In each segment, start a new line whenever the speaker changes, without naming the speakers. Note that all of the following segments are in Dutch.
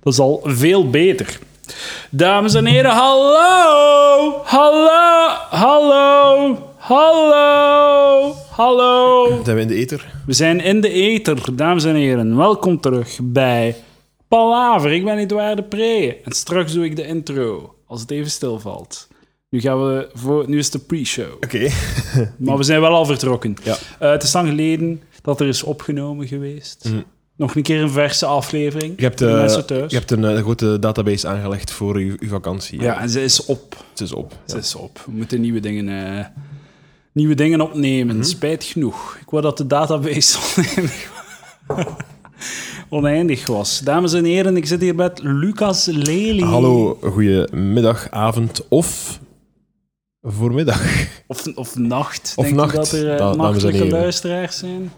Dat is al veel beter. Dames en heren, hallo! Hallo! Hallo! Hallo! Hallo!
Zijn we in de ether?
We zijn in de ether, dames en heren. Welkom terug bij Palaver. Ik ben Edouard de Pre. En straks doe ik de intro, als het even stilvalt. Nu, gaan we voor, nu is de pre-show.
Oké.
Maar we zijn wel al vertrokken.
Ja.
Eh, het is lang geleden dat er is opgenomen geweest. Nog een keer een verse aflevering.
Mhm. Je hebt,
Voor de
eh,
mensen thuis.
je hebt een eh, grote database aangelegd voor uw, uw vakantie.
Ja, en ze is op.
Het is op.
Ze is op. We moeten nieuwe dingen, eh, nieuwe dingen opnemen.
Mhm.
Spijt genoeg. Ik wou dat de database oneindig, oneindig was. Dames en heren, ik zit hier met Lucas Lely.
Hallo, goedemiddag, avond of voormiddag.
Of, of nacht.
Of
Denk
nacht,
je dat er eh,
da- dames en
nachtelijke
heren.
luisteraars zijn?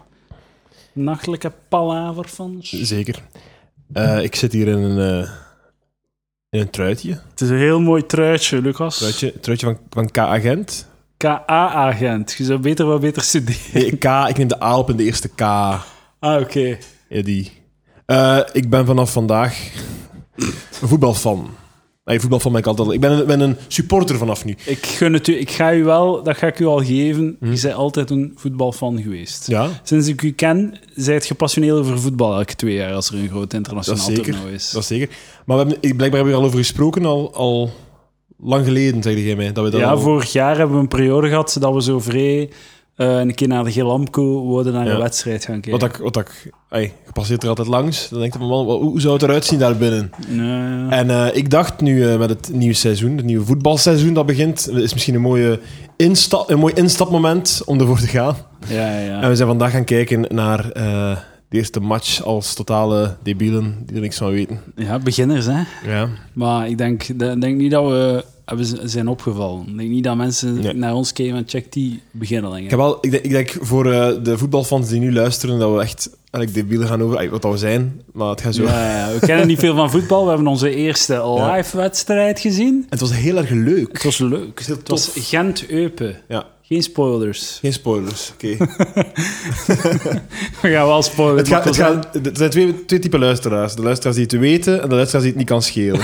Nachtelijke palaver van
Zeker. Eh, ik zit hier in een, eh, in een truitje.
Het is een heel mooi truitje, Lucas.
Truitje, truitje van, van K-agent.
KA-agent. Je zou beter wel beter studeren.
Nee, K, ik neem de A op in de eerste K.
Ah, oké.
Ja, die. Eh, ik ben vanaf vandaag een voetbalfan. Nee, voetbalfan ben ik altijd al. Ik ben een, ben een supporter vanaf nu.
Ik gun het u. Ik ga u wel, dat ga ik u al geven.
Mhm.
Je bent altijd een voetbalfan geweest.
Ja,
Sinds ik u ken, zijt je passioneel over voetbal elke twee jaar als er een groot
dat is
internationaal
zeker.
toernooi is.
Dat is zeker. Maar we hebben, ik- blijkbaar hebben we er al over gesproken, al, al lang geleden, zei jij mij. Dat we dat
Ja,
al-
vorig jaar hebben we een periode gehad dat we zo vrij eh, een keer naar de Gelamco worden naar
Ja.
een wedstrijd gaan kijken.
Wat ik, wat ik, ey, je passeert er altijd langs. Dan denk ik, van, man, wat- hoe hoe zou het eruit zien daar binnen?
Nee.
En eh, ik dacht nu eh, met het nieuwe seizoen, het nieuwe voetbalseizoen dat begint, is misschien een, mooie insta een mooi instapmoment om ervoor te gaan.
ja, ja.
En we zijn vandaag gaan kijken naar eh, de eerste match als totale debielen die er niks van weten.
ja, beginners, hè.
Ja.
Maar ik denk, ik denk niet dat we hebben z- zijn opgevallen. Ik denk niet dat mensen
Nee.
naar ons kijken en check die beginnelingen.
Ik, heb wel, ik, denk, ik denk voor eh, de voetbalfans die nu luisteren dat we echt eigenlijk debielen gaan over, ey, wat dat we zijn, maar het gaat zo. En
Ja, ja, we kennen niet veel van voetbal. We hebben onze eerste
Ja.
live wedstrijd gezien.
het was heel erg leuk.
Het was leuk.
heel
Het was
tof.
Gent-Eupen.
Ja,
Geen spoilers.
geen spoilers. Oké.
We gaan wel spoilers.
het, gaat-
maar
het, gaat- er zijn twee, twee typen luisteraars. De luisteraars die het weten en de luisteraars die het niet kan schelen.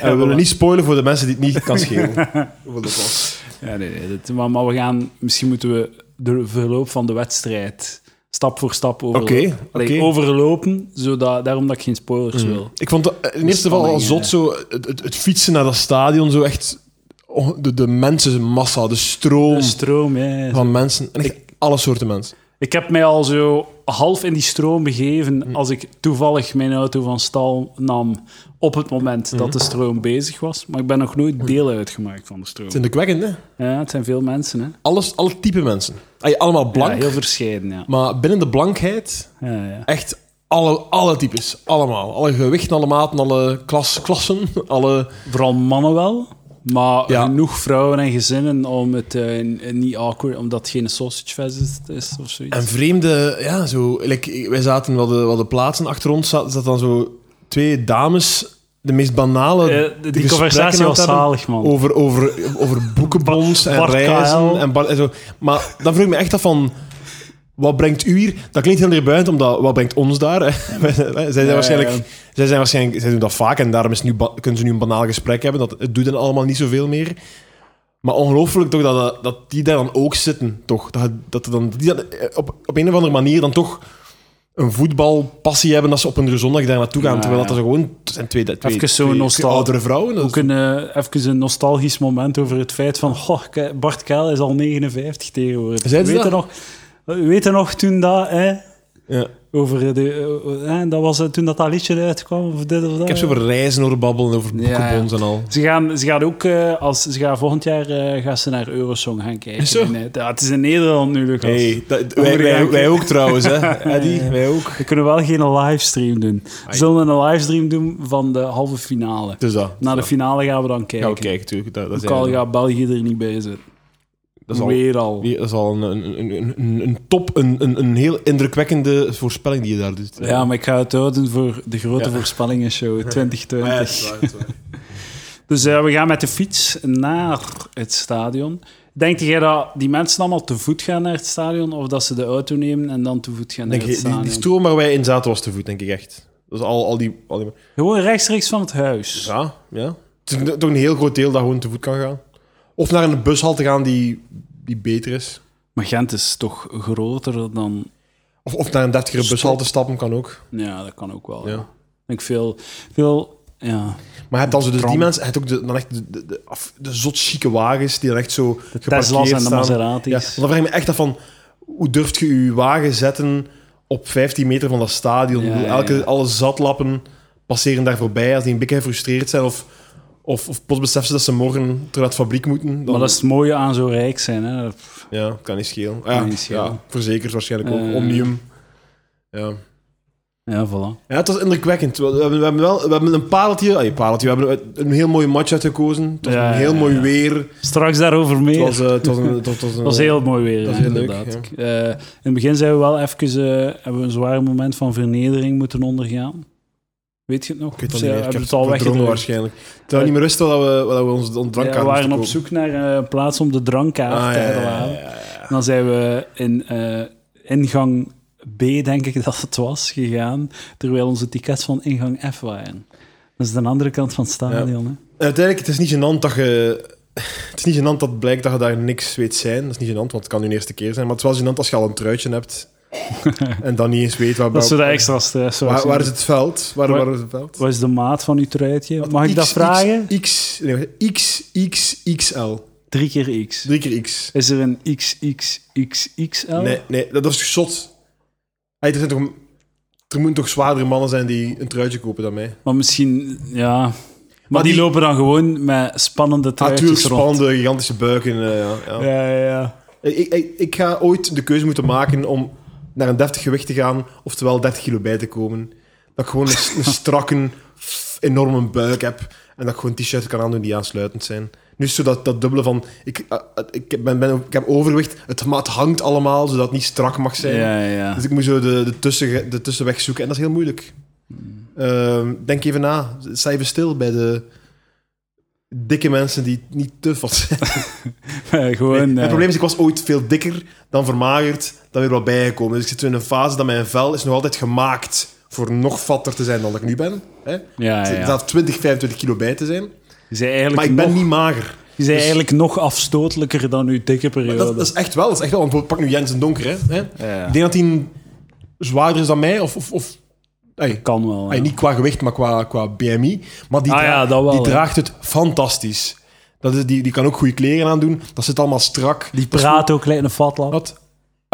en we willen niet spoilen voor de mensen die het niet kan schelen. Hoeveel dat was.
wel- Ja, nee, nee, dat- maar, maar we gaan... Misschien moeten we de verloop van de wedstrijd stap voor stap over,
Oké,
Allee,
oké. Mm.
overlopen. Zodat, daarom dat ik geen spoilers wil.
Ik vond het eh, in eerste geval al zot, zo, het, het, het fietsen naar dat stadion, zo echt oh, de, de mensenmassa, de stroom
De stroom, ja.
van mensen. En echt alle soorten mensen.
Ik heb mij al zo half in die stroom
Mm.
begeven als ik toevallig mijn auto van stal nam op het moment dat
Mm.
de stroom bezig was. Maar ik ben nog nooit deel uitgemaakt van de stroom.
Het Mm. zijn de kwekkende.
Ja, het zijn veel mensen, hè.
Alles, alle type mensen. Ay, allemaal
Ja,
blank,
heel verscheiden, ja.
maar binnen de blankheid
ja, ja.
echt alle, alle types. Allemaal. Alle gewichten, alle maten, alle klas, klassen, alle...
Vooral mannen wel, maar
Ja.
genoeg vrouwen en gezinnen om het eh, n- niet awkward, omdat het geen sausage fest is of zoiets.
En vreemde, ja, zo. Like, wij zaten wel de, wel de plaatsen achter ons, zat, zat dan zo twee dames, de meest banale.
Eh,
die
die
gesprekken
conversatie
aan het
was
hebben
zalig, man.
Over, over, over boekenbonds en
Bart Kael.
reizen en, bar- en zo. Maar dan vroeg ik me echt af van. Wat brengt u hier? Dat klinkt heel neerbuigend, omdat wat brengt ons daar? hè? Wij- wij- zij, zijn
ja,
waarschijnlijk,
ja.
zij zijn waarschijnlijk, zij doen dat vaak en daarom is nu, ba- kunnen ze nu een banaal gesprek hebben. Dat het doet hen allemaal niet zoveel meer. Maar ongelooflijk toch dat, dat die daar dan ook zitten, toch? Dat, dat er dan, die dan eh, op, op een of andere manier dan toch een voetbalpassie hebben als ze op een zondag daar naartoe gaan.
Ja,
terwijl dat
ja.
er gewoon het zijn twee, twee,
Even zo'n
twee
nostal-
oudere vrouwen. Dat
Ook een, eh, even een nostalgisch moment over het feit van goh, Ke- Bart Kuil is al 59 tegenwoordig.
Zeiden ze
weet je
dat?
nog, weet je nog toen dat, hè,
ja.
over de, eh, eh, dat was het toen dat, dat liedje uitkwam? Of dit of dat,
Ik heb ze over reizen horen babbelen, over
Ja, ja.
boekenbonds en al.
Ze gaan, ze gaan ook eh, als, ze gaan volgend jaar eh, gaan ze naar Eurosong gaan kijken.
Is zo?
En, eh, ja, het is in Nederland nu, Lucas.
Hey, dat-
Hoe
wij,
moet ik
wij,
eigenlijk-
wij ook trouwens, hè. Eddie, wij ook.
We kunnen wel geen livestream doen. We zullen een livestream doen van de halve finale.
Dus dat.
Na de finale gaan we dan
Ja,
kijken.
oké, natuurlijk. Dat, dat,
Ook
zijn-
al gaat België er niet bij zitten.
dat is al,
Weer al.
dat is al een, een, een, een- een top, een, een, een heel indrukwekkende voorspelling die je daar doet.
Ja, maar ik ga het houden voor de grote
Ja.
voorspellingenshow 2020.
Ja, het is waar, het is waar.
Dus eh, we gaan met de fiets naar het stadion. Denk jij dat die mensen allemaal te voet gaan naar het stadion? Of dat ze de auto nemen en dan te voet gaan
Denk
naar het
je, die,
stadion?
die stroom waar wij in zaten was te voet, denk ik echt. Dus al, al, die, al die...
Gewoon rechtstreeks van het huis.
Ja, ja. Het is toch een heel groot deel dat gewoon te voet kan gaan. Of naar een bushalte gaan die, die beter is.
Maar Gent is toch groter dan...
Of, of naar een deftigere bushalte stappen kan ook.
Ja, dat kan ook wel.
Ja.
Ja. Ik denk veel... veel ja.
Maar je hebt dan zo dus die
Tram.
mensen, je hebt ook de, dan echt de, de, de, af- de zot chique wagens die dan echt zo geparkeerd
Tesla's en de
staan.
Maseratis.
Ja, want dan vraag ik me echt af van, hoe durft je je wagen zetten op 15 meter van dat stadion?
Ja,
Ik bedoel,
ja,
Elke,
ja.
Alle zatlappen passeren daar voorbij als die een beetje gefrustreerd zijn of, of, of plots beseffen ze dat ze morgen terug naar het fabriek moeten. Dan,
Maar dat is het mooie aan zo rijk zijn. Hè.
Ja, kan niet schelen. Ah, ja,
Kan niet schelen.
ja, verzekerd waarschijnlijk ook.
Eh.
Omnium. Ja.
Ja, voilà.
Ja, het was indrukwekkend. We we hebben, we hebben, wel, we hebben een pareltje, allee, pareltje, we hebben een heel mooie match uitgekozen. Het was
Ja,
een heel
ja,
mooi
ja.
weer.
Straks daarover meer.
Het was, eh, het was, een, het was, een-
Het was heel mooi weer,
Dat is
ja,
heel leuk,
inderdaad. Eh, in het begin zijn we wel even, eh, hebben we een zwaar moment van vernedering moeten ondergaan. Weet je het nog?
Ik weet
Of
het
ze-
niet meer. Ik
hebben
heb
het al
verdrongen
weggedrongen?
waarschijnlijk. Het was niet meer rustig dat we, dat we onze
Ja,
drankkaart
we waren
moesten
op zoek naar eh, een plaats om de
kopen.
drankkaart
Ah,
te
ja, ja, ja,
herladen.
ja, ja.
En Dan zijn we in eh, ingang B, denk ik dat het was, gegaan. Terwijl onze tickets van ingang F waren. Dat is de andere kant van het stadion. Hè?
En Uiteindelijk, het is niet gênant dat je... Het is niet gênant dat blijkt dat je daar niks weet zijn. Dat is niet gênant, want het kan nu de eerste keer zijn. Maar het is wel gênant als je al een truitje hebt en dan niet eens weet waar,
Dat is zo dat
waar,
extra stress.
eh, waar, waar is het veld. Waar,
Waar-
waar is het veld?
Wat is de maat van uw truitje? Mag ik
X,
dat vragen?
X, X, nee, X, X, XL.
Drie keer X.
Drie keer X.
Is er een XXXXL?
Nee, nee, dat is zot. Hey, er, zijn toch, er moeten toch zwaardere mannen zijn die een truitje kopen dan mij.
Maar misschien, ja. Maar, die,
die-
lopen dan gewoon met spannende
Natuurlijk
truitjes rond.
spannende, gigantische buiken. eh, ja, ja.
Ja, ja, ja.
Ik, ik, ik ga ooit de keuze moeten maken om naar een deftig gewicht te gaan, oftewel 30 kilo bij te komen. Dat ik gewoon een, een strakke, f- enorme buik heb en dat ik gewoon t-shirts kan aandoen die aansluitend zijn. Nu is zo dat, dat dubbele van, ik, eh, eh, ik, ben, ben, ik heb overwicht, het, ma- het hangt allemaal, zodat het niet strak mag zijn.
ja, ja.
Dus ik moet zo de, de, tussen, de tussenweg zoeken en dat is heel moeilijk. Ehm, denk even na, sta even stil bij de dikke mensen die niet te vast zijn.
gewoon,
Nee,
eh,
Het probleem is, ik was ooit veel dikker dan vermagerd, dan weer wat bijgekomen. Dus ik zit in een fase dat mijn vel is nog altijd gemaakt voor nog vatter te zijn dan dat ik nu ben. Hè?
ja, ja,
Er
ja.
staat 20, 25 kilo bij te zijn.
Je zei eigenlijk,
Maar ik ben
nog,
niet mager.
je zei
dus-
eigenlijk nog afstotelijker dan uw dikke
Maar
periode.
Dat, dat is echt wel. Dat is echt wel. Want bijvoorbeeld, pak nu Jens en Donker. Hè? Hè?
Ja.
Ik denk dat hij zwaarder is dan mij. Of, of, of ey,
kan wel. ja.
ey, niet qua gewicht, maar qua, qua BMI. Maar die,
Ah ja, dat wel,
die
hè.
draagt het fantastisch. Dat is, die, die kan ook goede kleren aandoen. Dat zit allemaal strak.
Die
Dat is
praat ook lijkt een fatlap.
Wat?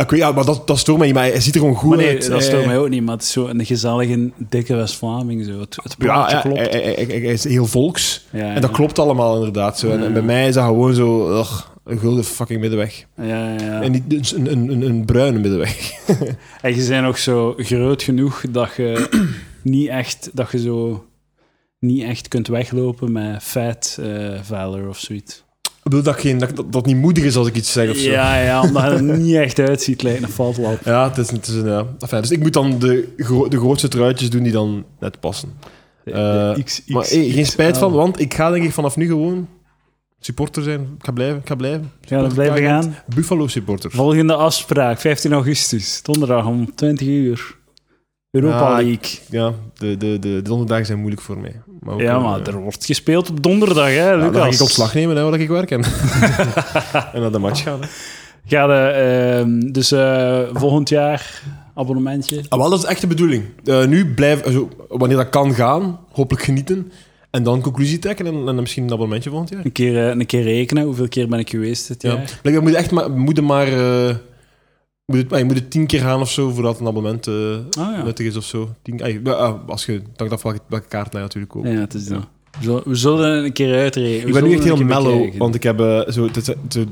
Ik weet, ja, maar dat, dat stoort mij niet, maar hij ziet er gewoon goed
Maar nee,
uit. Eh,
dat stoort
Hij-
mij ook niet. Maar het is zo een gezellige, dikke West-Vlaming. Zo. Het, het
Ja, eh,
plaatje
hij-
klopt.
hij- hij- hij- hij is heel volks.
Ja, Mm. ja.
En dat klopt allemaal inderdaad. Zo. En, en bij mij is dat gewoon zo... ugh, een gulden fucking middenweg.
Ja, ja, ja.
En niet dus een, een, een, een bruine middenweg.
En je bent nog zo groot genoeg dat je niet echt, dat je zo niet echt kunt weglopen met fat eh valor of zoiets.
Ik bedoel dat, ik geen, dat, ik- dat dat niet moedig is als ik iets zeg of zo.
Ja, ja, omdat je er niet echt uitziet, lijkt een fatlap.
Ja, het is, het is een... Ja. Enfin, dus ik moet dan de, gro- de grootste truitjes doen die dan net passen. Eh,
X, X,
maar hey, geen
X,
spijt
L.
van, want ik ga denk ik vanaf nu gewoon supporter zijn. Ik ga blijven, ik ga blijven.
Ja, dan blijven we gaan.
Buffalo supporter.
Volgende afspraak, 15 augustus, donderdag om 20 uur. Europa
Ah,
League.
Ja, de, de, de, de donderdagen zijn moeilijk voor mij. Maar we
Ja,
kunnen,
maar
eh,
er wordt gespeeld op donderdag, hè,
ja, dan ga
Lucas.
ik ontslag nemen, hè, waar ik werk. En, en naar de match gaan. hè.
Ga de, ehm, dus eh, volgend jaar abonnementje.
Ah, wel, dat is echt de bedoeling. Eh, nu blijf, eh, zo, wanneer dat kan gaan, hopelijk genieten. En dan conclusie trekken en, en dan misschien een abonnementje volgend jaar.
Een keer, eh, een keer rekenen, hoeveel keer ben ik geweest dit
Ja.
jaar?
Blijkbaar moet je echt maar, moet je maar, eh, moet het, ah, je moet het tien keer gaan of zo, voordat een abonnement eh,
Ah, ja.
nuttig is of zo. Tien, ah, ja, ah, als je, het hangt af welke, welke kaart je natuurlijk koopt.
Ja, het is dat. We zullen- We zullen een keer uitrekenen. We
Ik ben nu
zullen
echt
een
heel
keer
mellow,
bekijken.
want ik heb eh, zo, het, het- het-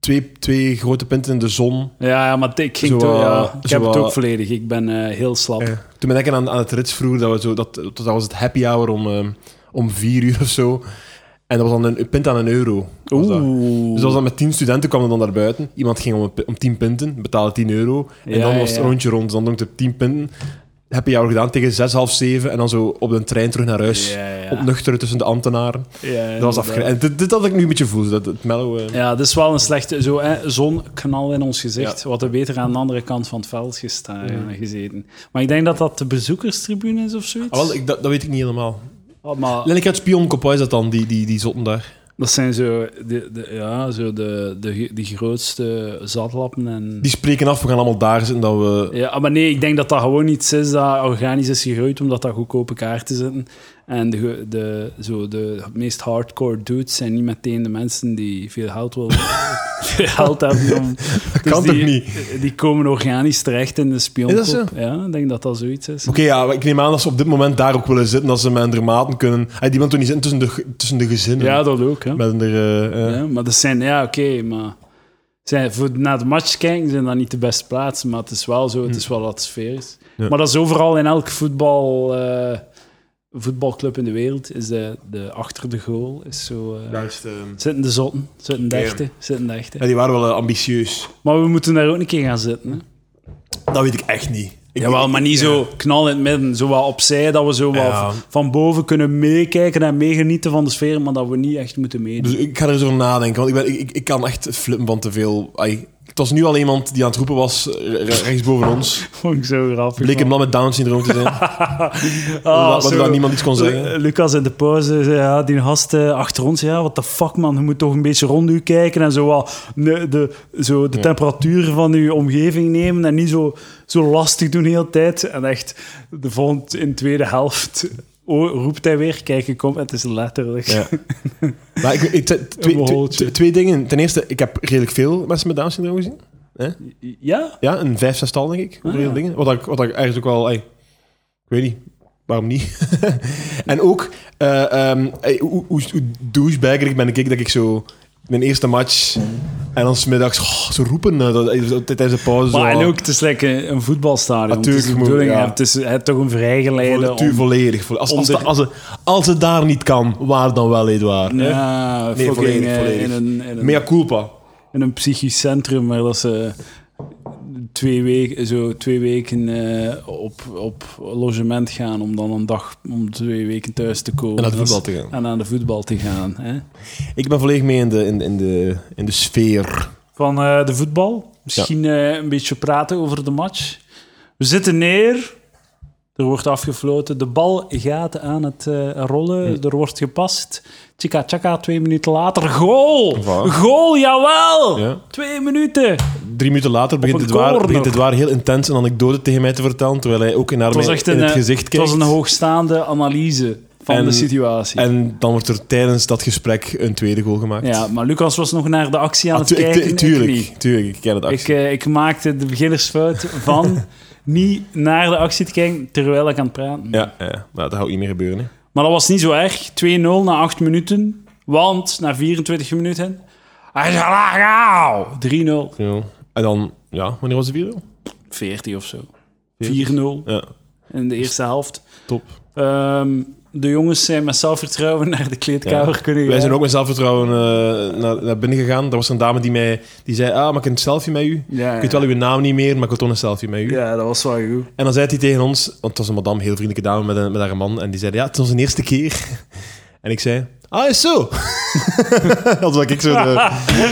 twee, twee grote punten in de zon.
Ja, ja, maar ik, ging
Zo,
toch, ja,
eh,
ik heb
zo,
het ook
eh,
volledig. Ik ben eh, heel slap.
Ja. Toen ben ik aan, aan het rits vroeger, dat, we zo, dat, dat was het happy hour om, ehm, om vier uur of zo. En dat was dan een, een pint aan een euro. was dat.
Oeh.
Dus dat was dan met tien studenten kwamen we dan naar buiten. Iemand ging om, een pi- om tien pinten, betaalde 10 euro. En
Ja,
dan was
ja, ja.
het rondje rond, dus dan dronk je 10 pinten. happy hour gedaan tegen zes, half zeven en dan zo op een trein terug naar huis.
Ja, ja.
Opnuchteren tussen de ambtenaren.
Ja,
Dat was afge... En dit, dit had ik nu een beetje voel, dat het mellow... eh,
Ja, dat is wel een slechte... zo, hè, Zo'n knal in ons gezicht. Wat er beter aan de andere kant van het veld gestaan, gezeten. Maar ik denk dat dat de bezoekerstribune is of zoiets.
ah, wel, ik, dat, dat weet ik niet helemaal.
Ah, maar
Lelijk uit Spionkop, is dat dan, die, die, die zotten daar?
dat zijn zo, de, de, ja, zo de, de, de grootste zatlappen en...
Die spreken af, we gaan allemaal daar zitten, dat we...
Ja, ah, maar nee, ik denk dat dat gewoon iets is dat organisch is gegroeid, omdat dat goedkope kaarten zitten. En de, ge- de, zo, de meest hardcore dudes zijn niet meteen de mensen die veel geld, willen, veel geld hebben. Om, Dus
kan
die,
toch niet?
Die komen organisch terecht in de
Is dat
spionkop. Ja, ik denk dat dat zoiets is.
Oké, ja, ik neem aan dat ze op dit moment daar ook willen zitten, dat ze met hun maten kunnen... Ah, die willen toch niet zitten tussen de, ge- tussen de gezinnen?
Ja, dat ook. Hè.
Met hun... eh, eh.
Ja, maar dat zijn, ja, oké, maar zijn, voor, naar de match kijken zijn dat niet de beste plaatsen, maar het is wel zo, het is wel wat sfeer is.
Hm. Ja.
Maar dat is overal in elk voetbal, eh, voetbalclub in de wereld, is de, de achter de goal, is zo... eh,
Daar is de-
Zitten de zotten, zitten de
Ja.
echte, zitten de echte.
Ja, die waren wel eh, ambitieus.
Maar we moeten daar ook een keer gaan zitten. Hè?
Dat weet ik echt niet. Ik,
Jawel, maar niet zo knal in het midden. Zo wat opzij, dat we zo wat
Ja.
v- van boven kunnen meekijken en meegenieten van de sfeer, maar dat we niet echt moeten meedoen.
Dus ik ga er eens over nadenken, want ik, ben, ik, ik, ik kan echt flippen van te veel. Ai, het was nu al iemand die aan het roepen was, eh, re- rechts boven ons.
Vond ik zo grappig.
Bleek een
man.
man met Down-syndroom te zijn,
Ah,
wat
zo. Eh,
daar niemand iets kon zeggen.
Lu- Lucas in de pauze, zei, ja, die gast eh, achter ons, ja, wat de fuck man, je moet toch een beetje rond u kijken en zo wat ne- de, zo de temperatuur van uw omgeving nemen en niet zo, zo lastig doen de hele tijd. En echt, de volgende, in de tweede helft o- roept hij weer, kijk, ik kom, het is letterlijk.
Ja. Maar ik, ik- twee, twee,
beholtje.
twee- twee dingen. Ten eerste, ik heb redelijk veel mensen met Down-syndroom gezien.
ja?
Ja, een vijf, zestal denk ik.
Ah,
Veel
ja.
dingen. Wat ik, wat ik ergens ook wel... ai, ik weet niet. Waarom niet? en ook, eh, ehm, ai, hoe, hoe, hoe douchebaggerig ben ik dat ik zo... Mijn eerste match... En dan smiddags oh, zo roepen eh, dat, eh, zo tijdens de pauze.
Maar
zo, oh,
en ook, het is like een, een voetbalstadion.
Natuurlijk
het is de
moet-
bedoeling,
ja.
hè. het is eh, toch een vrijgeleide
Volle- tuur volledig. volle- Als,
om
als,
zich-
de- als, ze- als het daar niet kan, waar dan wel, Edouard?
om...
hè?
Ja,
Nee,
fucking,
volledig,
eh,
volledig.
In, een, in, een,
Mea culpa.
in een psychisch centrum waar dat ze twee weken, zo twee weken eh, op, op logement gaan om dan een dag om twee weken thuis te komen.
En naar de
Dat is-
voetbal te gaan.
En aan de voetbal te gaan. Hè?
Ik ben volledig mee in de, in, in de, in de sfeer.
Van eh, de voetbal. Misschien eh, een beetje praten over de match. We zitten neer. Er wordt afgefloten. De bal gaat aan het eh, rollen.
Hmm.
Er wordt gepast. Tjika tjaka, twee minuten later. Goal!
Voilà.
Goal, jawel!
Ja.
Twee minuten.
Drie minuten later begint
een
het, waar,
corner.
begint het waar heel intens een anekdote tegen mij te vertellen, terwijl hij ook in, haar
Het was
mij
echt
in
een,
het
eh,
gezicht
het
kijkt.
was een hoogstaande analyse van
En-
de situatie.
En dan wordt er tijdens dat gesprek een tweede goal gemaakt.
ja, maar Lucas was nog naar de actie aan
Ah,
het
tu- ik-
kijken.
tu-
Ik
tuurlijk,
niet.
tuurlijk, ik ken het
Ik,
actie.
eh, ik maakte de beginnersfout van niet naar de actie te kijken terwijl ik aan het praten ben.
ja, ja, ja. Nou, dat gaat ook niet meer gebeuren. Hè.
Maar dat was niet zo erg. 2-0 na 8 minuten. Want na 24 minuten. Hij is al 3-0.
Ja. En dan, ja, wanneer was de vierde?
40 of zo. 4-0
Ja,
in de eerste helft.
top.
Ehm, de jongens zijn met zelfvertrouwen naar de kleedkamer kunnen gaan.
Wij zijn ook met zelfvertrouwen eh, naar, naar binnen gegaan. Er was een dame die, mij, die zei, ah, maak een selfie met u.
Ja,
Ik weet wel uw naam niet meer, maar ik wil toch een selfie met u.
ja, dat was wel goed.
En dan zei hij tegen ons, want het was een madame, heel vriendelijke dame met, een, met haar man. En die zei, ja, het is onze eerste keer. En ik zei, ah, is zo. dat was ik zo de...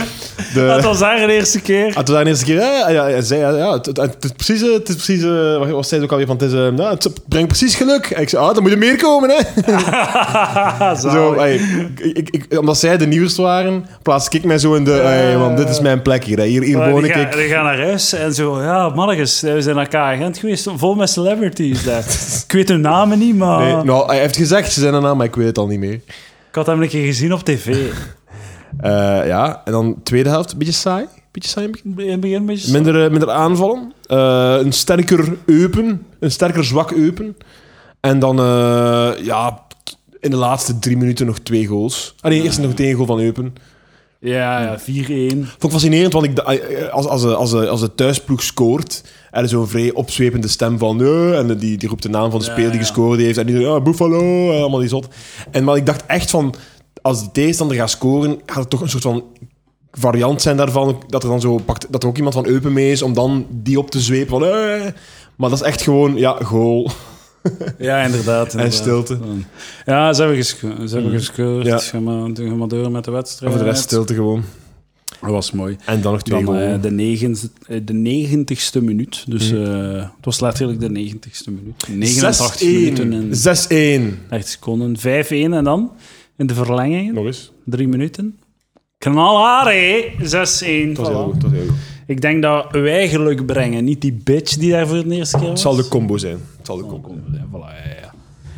Dat
de
was haar de eerste keer.
Ah, het was haar eerste keer, ja, ja, ja, en zei, ja, ja, het, het- het is precies, eh, het is precies, eh, wat wat zei ze ook alweer van, het, is, eh, nou, het brengt precies geluk. En ik zei, ah, dan moet er meer komen, hè.
Zalig.
Ah,
Eh,
Zo, ey, ik, ik, ik- omdat zij de nieuws waren, plaatste ik mij zo in de, ey, want dit is mijn plek hier, hè. hier, hier
Maar
woon
die,
ik.
gaan,
ik.
die gaan naar huis en zo. Ja, mannetjes, eh, we zijn naar Gent geweest. Vol met celebrities daar. ik weet hun namen niet, maar...
Nee, nou, hij heeft gezegd, ze zijn erna, maar ik weet het al niet meer.
Ik had hem een keer gezien op tv.
Eh, ja, en dan tweede helft, beetje saai. Beetje saai,
In het begin een beetje...
Minder, eh, minder aanvallen. Eh, een sterker eupen. Een sterker zwak eupen. En dan, eh, ja, in de laatste drie minuten nog twee goals. Ah nee, eerst nog één goal van eupen.
Ja, ja 4-1.
Vond ik fascinerend, want ik, da- eh, als, als, de- als, de- als de thuisploeg scoort, er is zo'n vrij opzwepende stem van "Eh," en die, die roept de naam van de
Ja,
speler die
ja.
gescoord heeft en die zegt "Ah, Buffalo, en allemaal die zot. En, maar ik dacht echt van, als de tegenstander gaat scoren, gaat het toch een soort van variant zijn daarvan, dat er dan zo pakt, dat er ook iemand van Eupen mee is, om dan die op te zwepen van "Eh." Maar dat is echt gewoon, ja, goal.
Ja, inderdaad. inderdaad.
stilte.
Ja, ze hebben, gesche- ze hebben gescheurd.
Mm. Ja.
Ga maar, doe maar door met de wedstrijd.
En voor de rest stilte gewoon.
Dat was mooi.
En dan nog twee
Dan,
goals. Mm.
eh, de, negen, eh, de 90ste minuut. Dus eh, het was letterlijk de 90ste minuut. 89 minuten en
6-1.
30 seconden. 5-1 en dan in de verlenging
Nog eens.
drie minuten. Knalhaar, hé. 6-1.
Dat was heel
Voilà.
goed. Dat was heel goed.
Ik denk dat wij geluk brengen, niet die bitch die daar voor de eerste keer
Het
was.
zal de combo zijn. Het zal de combo zijn.
Ja, voilà, ja, ja.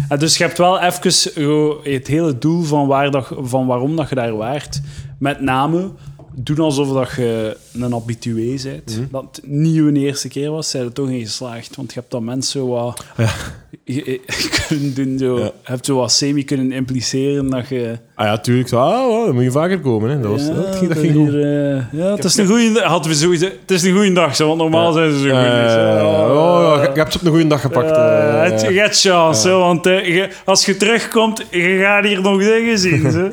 En dus je hebt wel even zo het hele doel van, waar dat, van waarom dat je daar waart. Met name doen alsof dat je een habitué bent.
Mhm.
Dat het niet je eerste keer was, zijn er toch in geslaagd. Want je hebt dan mensen zo wat je- je- kunnen doen. Zo,
Ja.
Je hebt zo wat semi kunnen impliceren dat je...
Ah ja, tuurlijk. Zo, ah, ah, dan moet je vaker komen. Hè. Dat, was,
ja,
dat ging, dat
dat
ging
hier,
goed.
eh, ja, het is een goede... Hadden we sowieso, het is een goede dag, zo, want normaal zijn ze zo goed. Dus,
Eh,
eh,
oh, ja, je hebt ze op een goede dag gepakt.
eh,
eh.
het- je hebt chance, hè, want eh, je- als je terugkomt, je gaat hier nog dingen zien. Zo.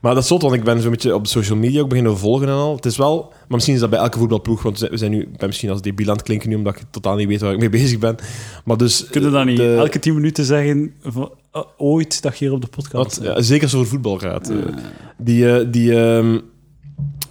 Maar dat is zot, want ik ben zo'n beetje op de social media ook beginnen volgen en al. Het is wel, maar misschien is dat bij elke voetbalploeg, want we zijn- we zijn nu, ik ben misschien als debiel aan het klinken nu, omdat ik totaal niet weet waar ik mee bezig ben. Maar dus...
Kunnen dat niet
de-
elke tien minuten zeggen van, eh, ooit dat je hier op de podcast
Wat,
bent?
ja, zeker als het over voetbal gaat. eh, Die, eh, die, ehm,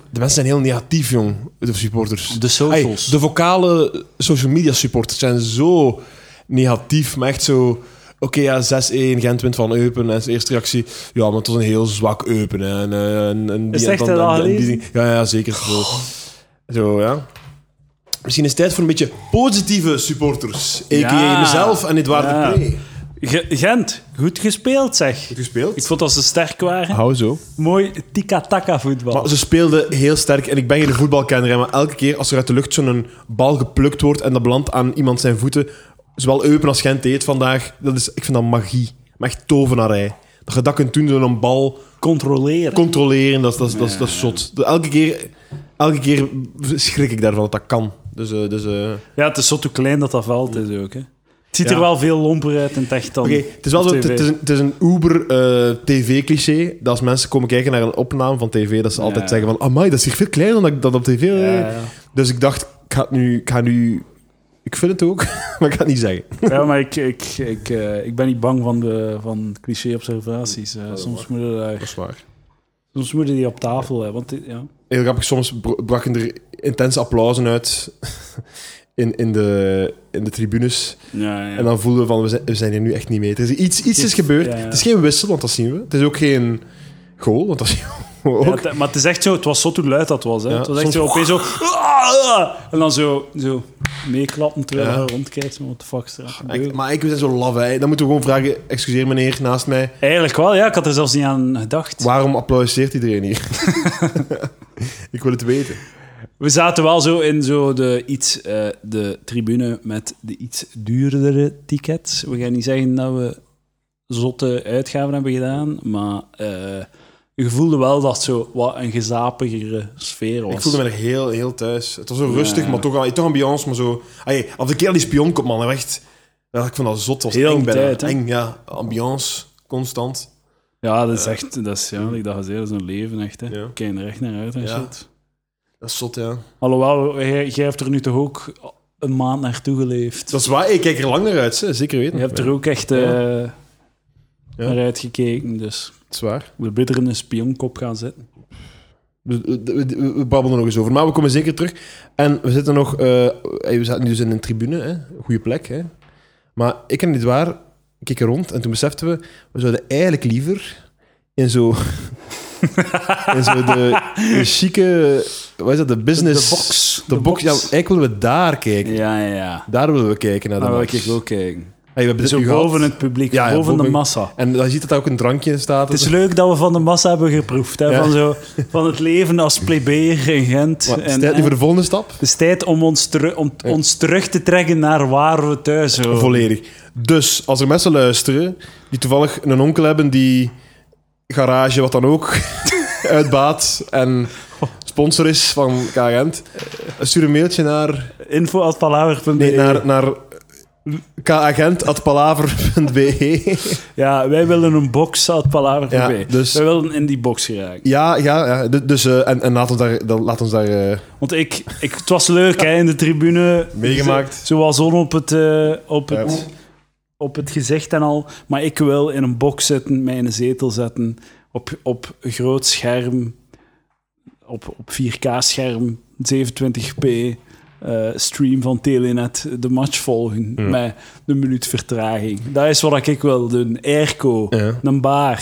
de mensen zijn heel negatief, jong, de supporters.
De socials.
Ai, de vocale social media supporters zijn zo negatief, maar echt zo... Oké, ja, 6-1, Gent wint van Eupen. En zijn eerste reactie, ja, maar het was een heel zwak Eupen. Hè, en, eh, en, en
Is
die,
het echt Oh.
en dan-
al
en- en die-
gelezen?
ja, ja, zeker. Zo. Zo, ja. Misschien is het tijd voor een beetje positieve supporters. A.k.a.
Ja.
mezelf en Edouard
Ja.
ja. de Pre.
Ge- Gent, goed gespeeld zeg.
Goed gespeeld.
Ik vond dat ze sterk waren.
Hou zo.
Mooi tiki-taka voetbal.
Ah. Maar ze speelden heel sterk. En ik ben geen voetbalkenner, hè, maar elke keer als er uit de lucht zo'n bal geplukt wordt en dat belandt aan iemand zijn voeten, zowel Eupen als Gent deed vandaag, dat is, ik vind dat magie. Maar echt tovenarij. Dat je dat kunt doen, zo'n bal
Controleren.
controleren, dat, is- dat, is- dat, is- dat is zot. Elke keer, elke keer schrik ik daarvan dat dat kan. Dus, eh, dus eh,
ja, het is zo te klein dat dat veld is ook. Hè. Het ziet er
Ja.
wel veel lomper uit in het echt dan.
Oké, het is wel
op
zo, het,
tv.
het is een, het is een uber eh, tv-cliché. Dat als mensen komen kijken naar een opname van tv, dat ze altijd zeggen van... Amai, dat is hier veel kleiner dan ik dat op tv...
Ja, ja.
Dus ik dacht, ik ga het nu... Ik, ga nu, ik vind het ook, maar ik ga het niet zeggen.
Ja, maar ik, ik, ik, eh, ik ben niet bang van, de- van cliché-observaties. eh. soms, moeten daar-
is waar.
soms moeten die op tafel hebben. Want, dit- ja.
Heel grappig, soms br- braken er intense applausen uit in, in, de, in de tribunes.
Ja,
En dan voelden we van, we zijn, we zijn hier nu echt niet mee. Er is iets, iets is
Iets,
gebeurd.
ja, ja.
Het is geen wissel, want dat zien we. Het is ook geen goal, want dat zien we ook.
het- maar het is echt zo, het was zo toen luid dat was. Hè.
Ja,
het was echt
soms-
zo opeens zo... ah! En dan zo, zo meeklappen terwijl
Ja.
je rondkijkt. zo, Wat de fuck is er aan het
Ik-
gebeuren?
maar ik, we zijn zo laf, hè. Dan moeten we gewoon vragen, excuseer meneer naast mij,
Eigenlijk wel, ja. Ik had er zelfs niet aan gedacht.
waarom applaudisseert iedereen hier? ik wil het weten.
We zaten wel zo in zo de, iets, eh, de tribune met de iets duurdere tickets. We gaan niet zeggen dat we zotte uitgaven hebben gedaan, maar eh, je voelde wel dat het zo wat een gezapigere sfeer was.
Ik voelde me er heel, heel thuis. Het was zo rustig, maar toch, al- toch ambiance, maar zo... Ay, af de keer die spion komt, man, echt... Ja, ik vond dat zot, als
Heel
eng bijna.
tijd, hè?
Eng, ja. Ambiance, constant.
Ja, dat is echt, dat is, ja, ik dacht, dat is een leven echt. Hè.
Ja.
Kijk er echt naar uit en
Ja.
shit.
Dat is zot, ja.
Alhoewel, jij, jij hebt er nu toch ook een maand naartoe geleefd.
Dat is waar, ik kijk er lang naar uit, hè. zeker weten.
Je hebt er ook echt eh,
Ja.
naar uitgekeken, dus
Het is waar.
we beter in een spionkop gaan zitten.
We, Dus, eh, we, we- we babbelen er nog eens over, maar we komen zeker terug. En we zitten nog... eh, hey, we zaten nu dus in een tribune, hè. Goeie plek, hè. Maar ik en dit waar keken rond en toen beseften we... We zouden eigenlijk liever in zo... in zo de, de chique... Wat is dat? De business...
De box.
De,
De
box. Ja,
box.
eigenlijk willen we daar kijken.
Ja, ja, ja.
Daar willen we kijken naar de
Daar wil
box.
ik ook kijken.
Hey, we hebben dit
Zo
nu gehad.
boven het publiek,
Ja, ja,
boven, de
boven-
massa.
En dan ziet dat daar ook een drankje in staat.
Het is leuk dat we van de massa hebben geproefd. Hè?
Ja.
Van, zo, van het leven als plebeer in Gent.
Maar het is
En-
tijd nu
en
voor de volgende stap?
Het is tijd om, ons, teru- om t- ons terug te trekken naar waar we thuis horen.
Volledig. Dus, als er mensen luisteren die toevallig een onkel hebben die garage, wat dan ook, uitbaat en sponsor is van KGent, stuur een mailtje naar...
Info at
Nee, naar, naar kagent.palaver.be.
Ja, wij willen een box uit Palaver
Ja,
TV.
dus-
Wij willen in die box geraken.
Ja, ja, ja. Du- Dus, eh, en, en laat ons daar... Dan, laat ons daar eh,
Want ik, ik, het was leuk hè, in de tribune.
Meegemaakt.
Zo- Zoals zon op het, eh, op, het,
Ja.
op het gezicht en al. Maar ik wil in een box zitten, mij in een zetel zetten. Op, op een groot scherm. Op, op 4K-scherm. 27p. eh, stream van Telenet. De match volgen. Met een minuut vertraging. Dat is wat ik wil doen. Airco.
Ja.
Een bar.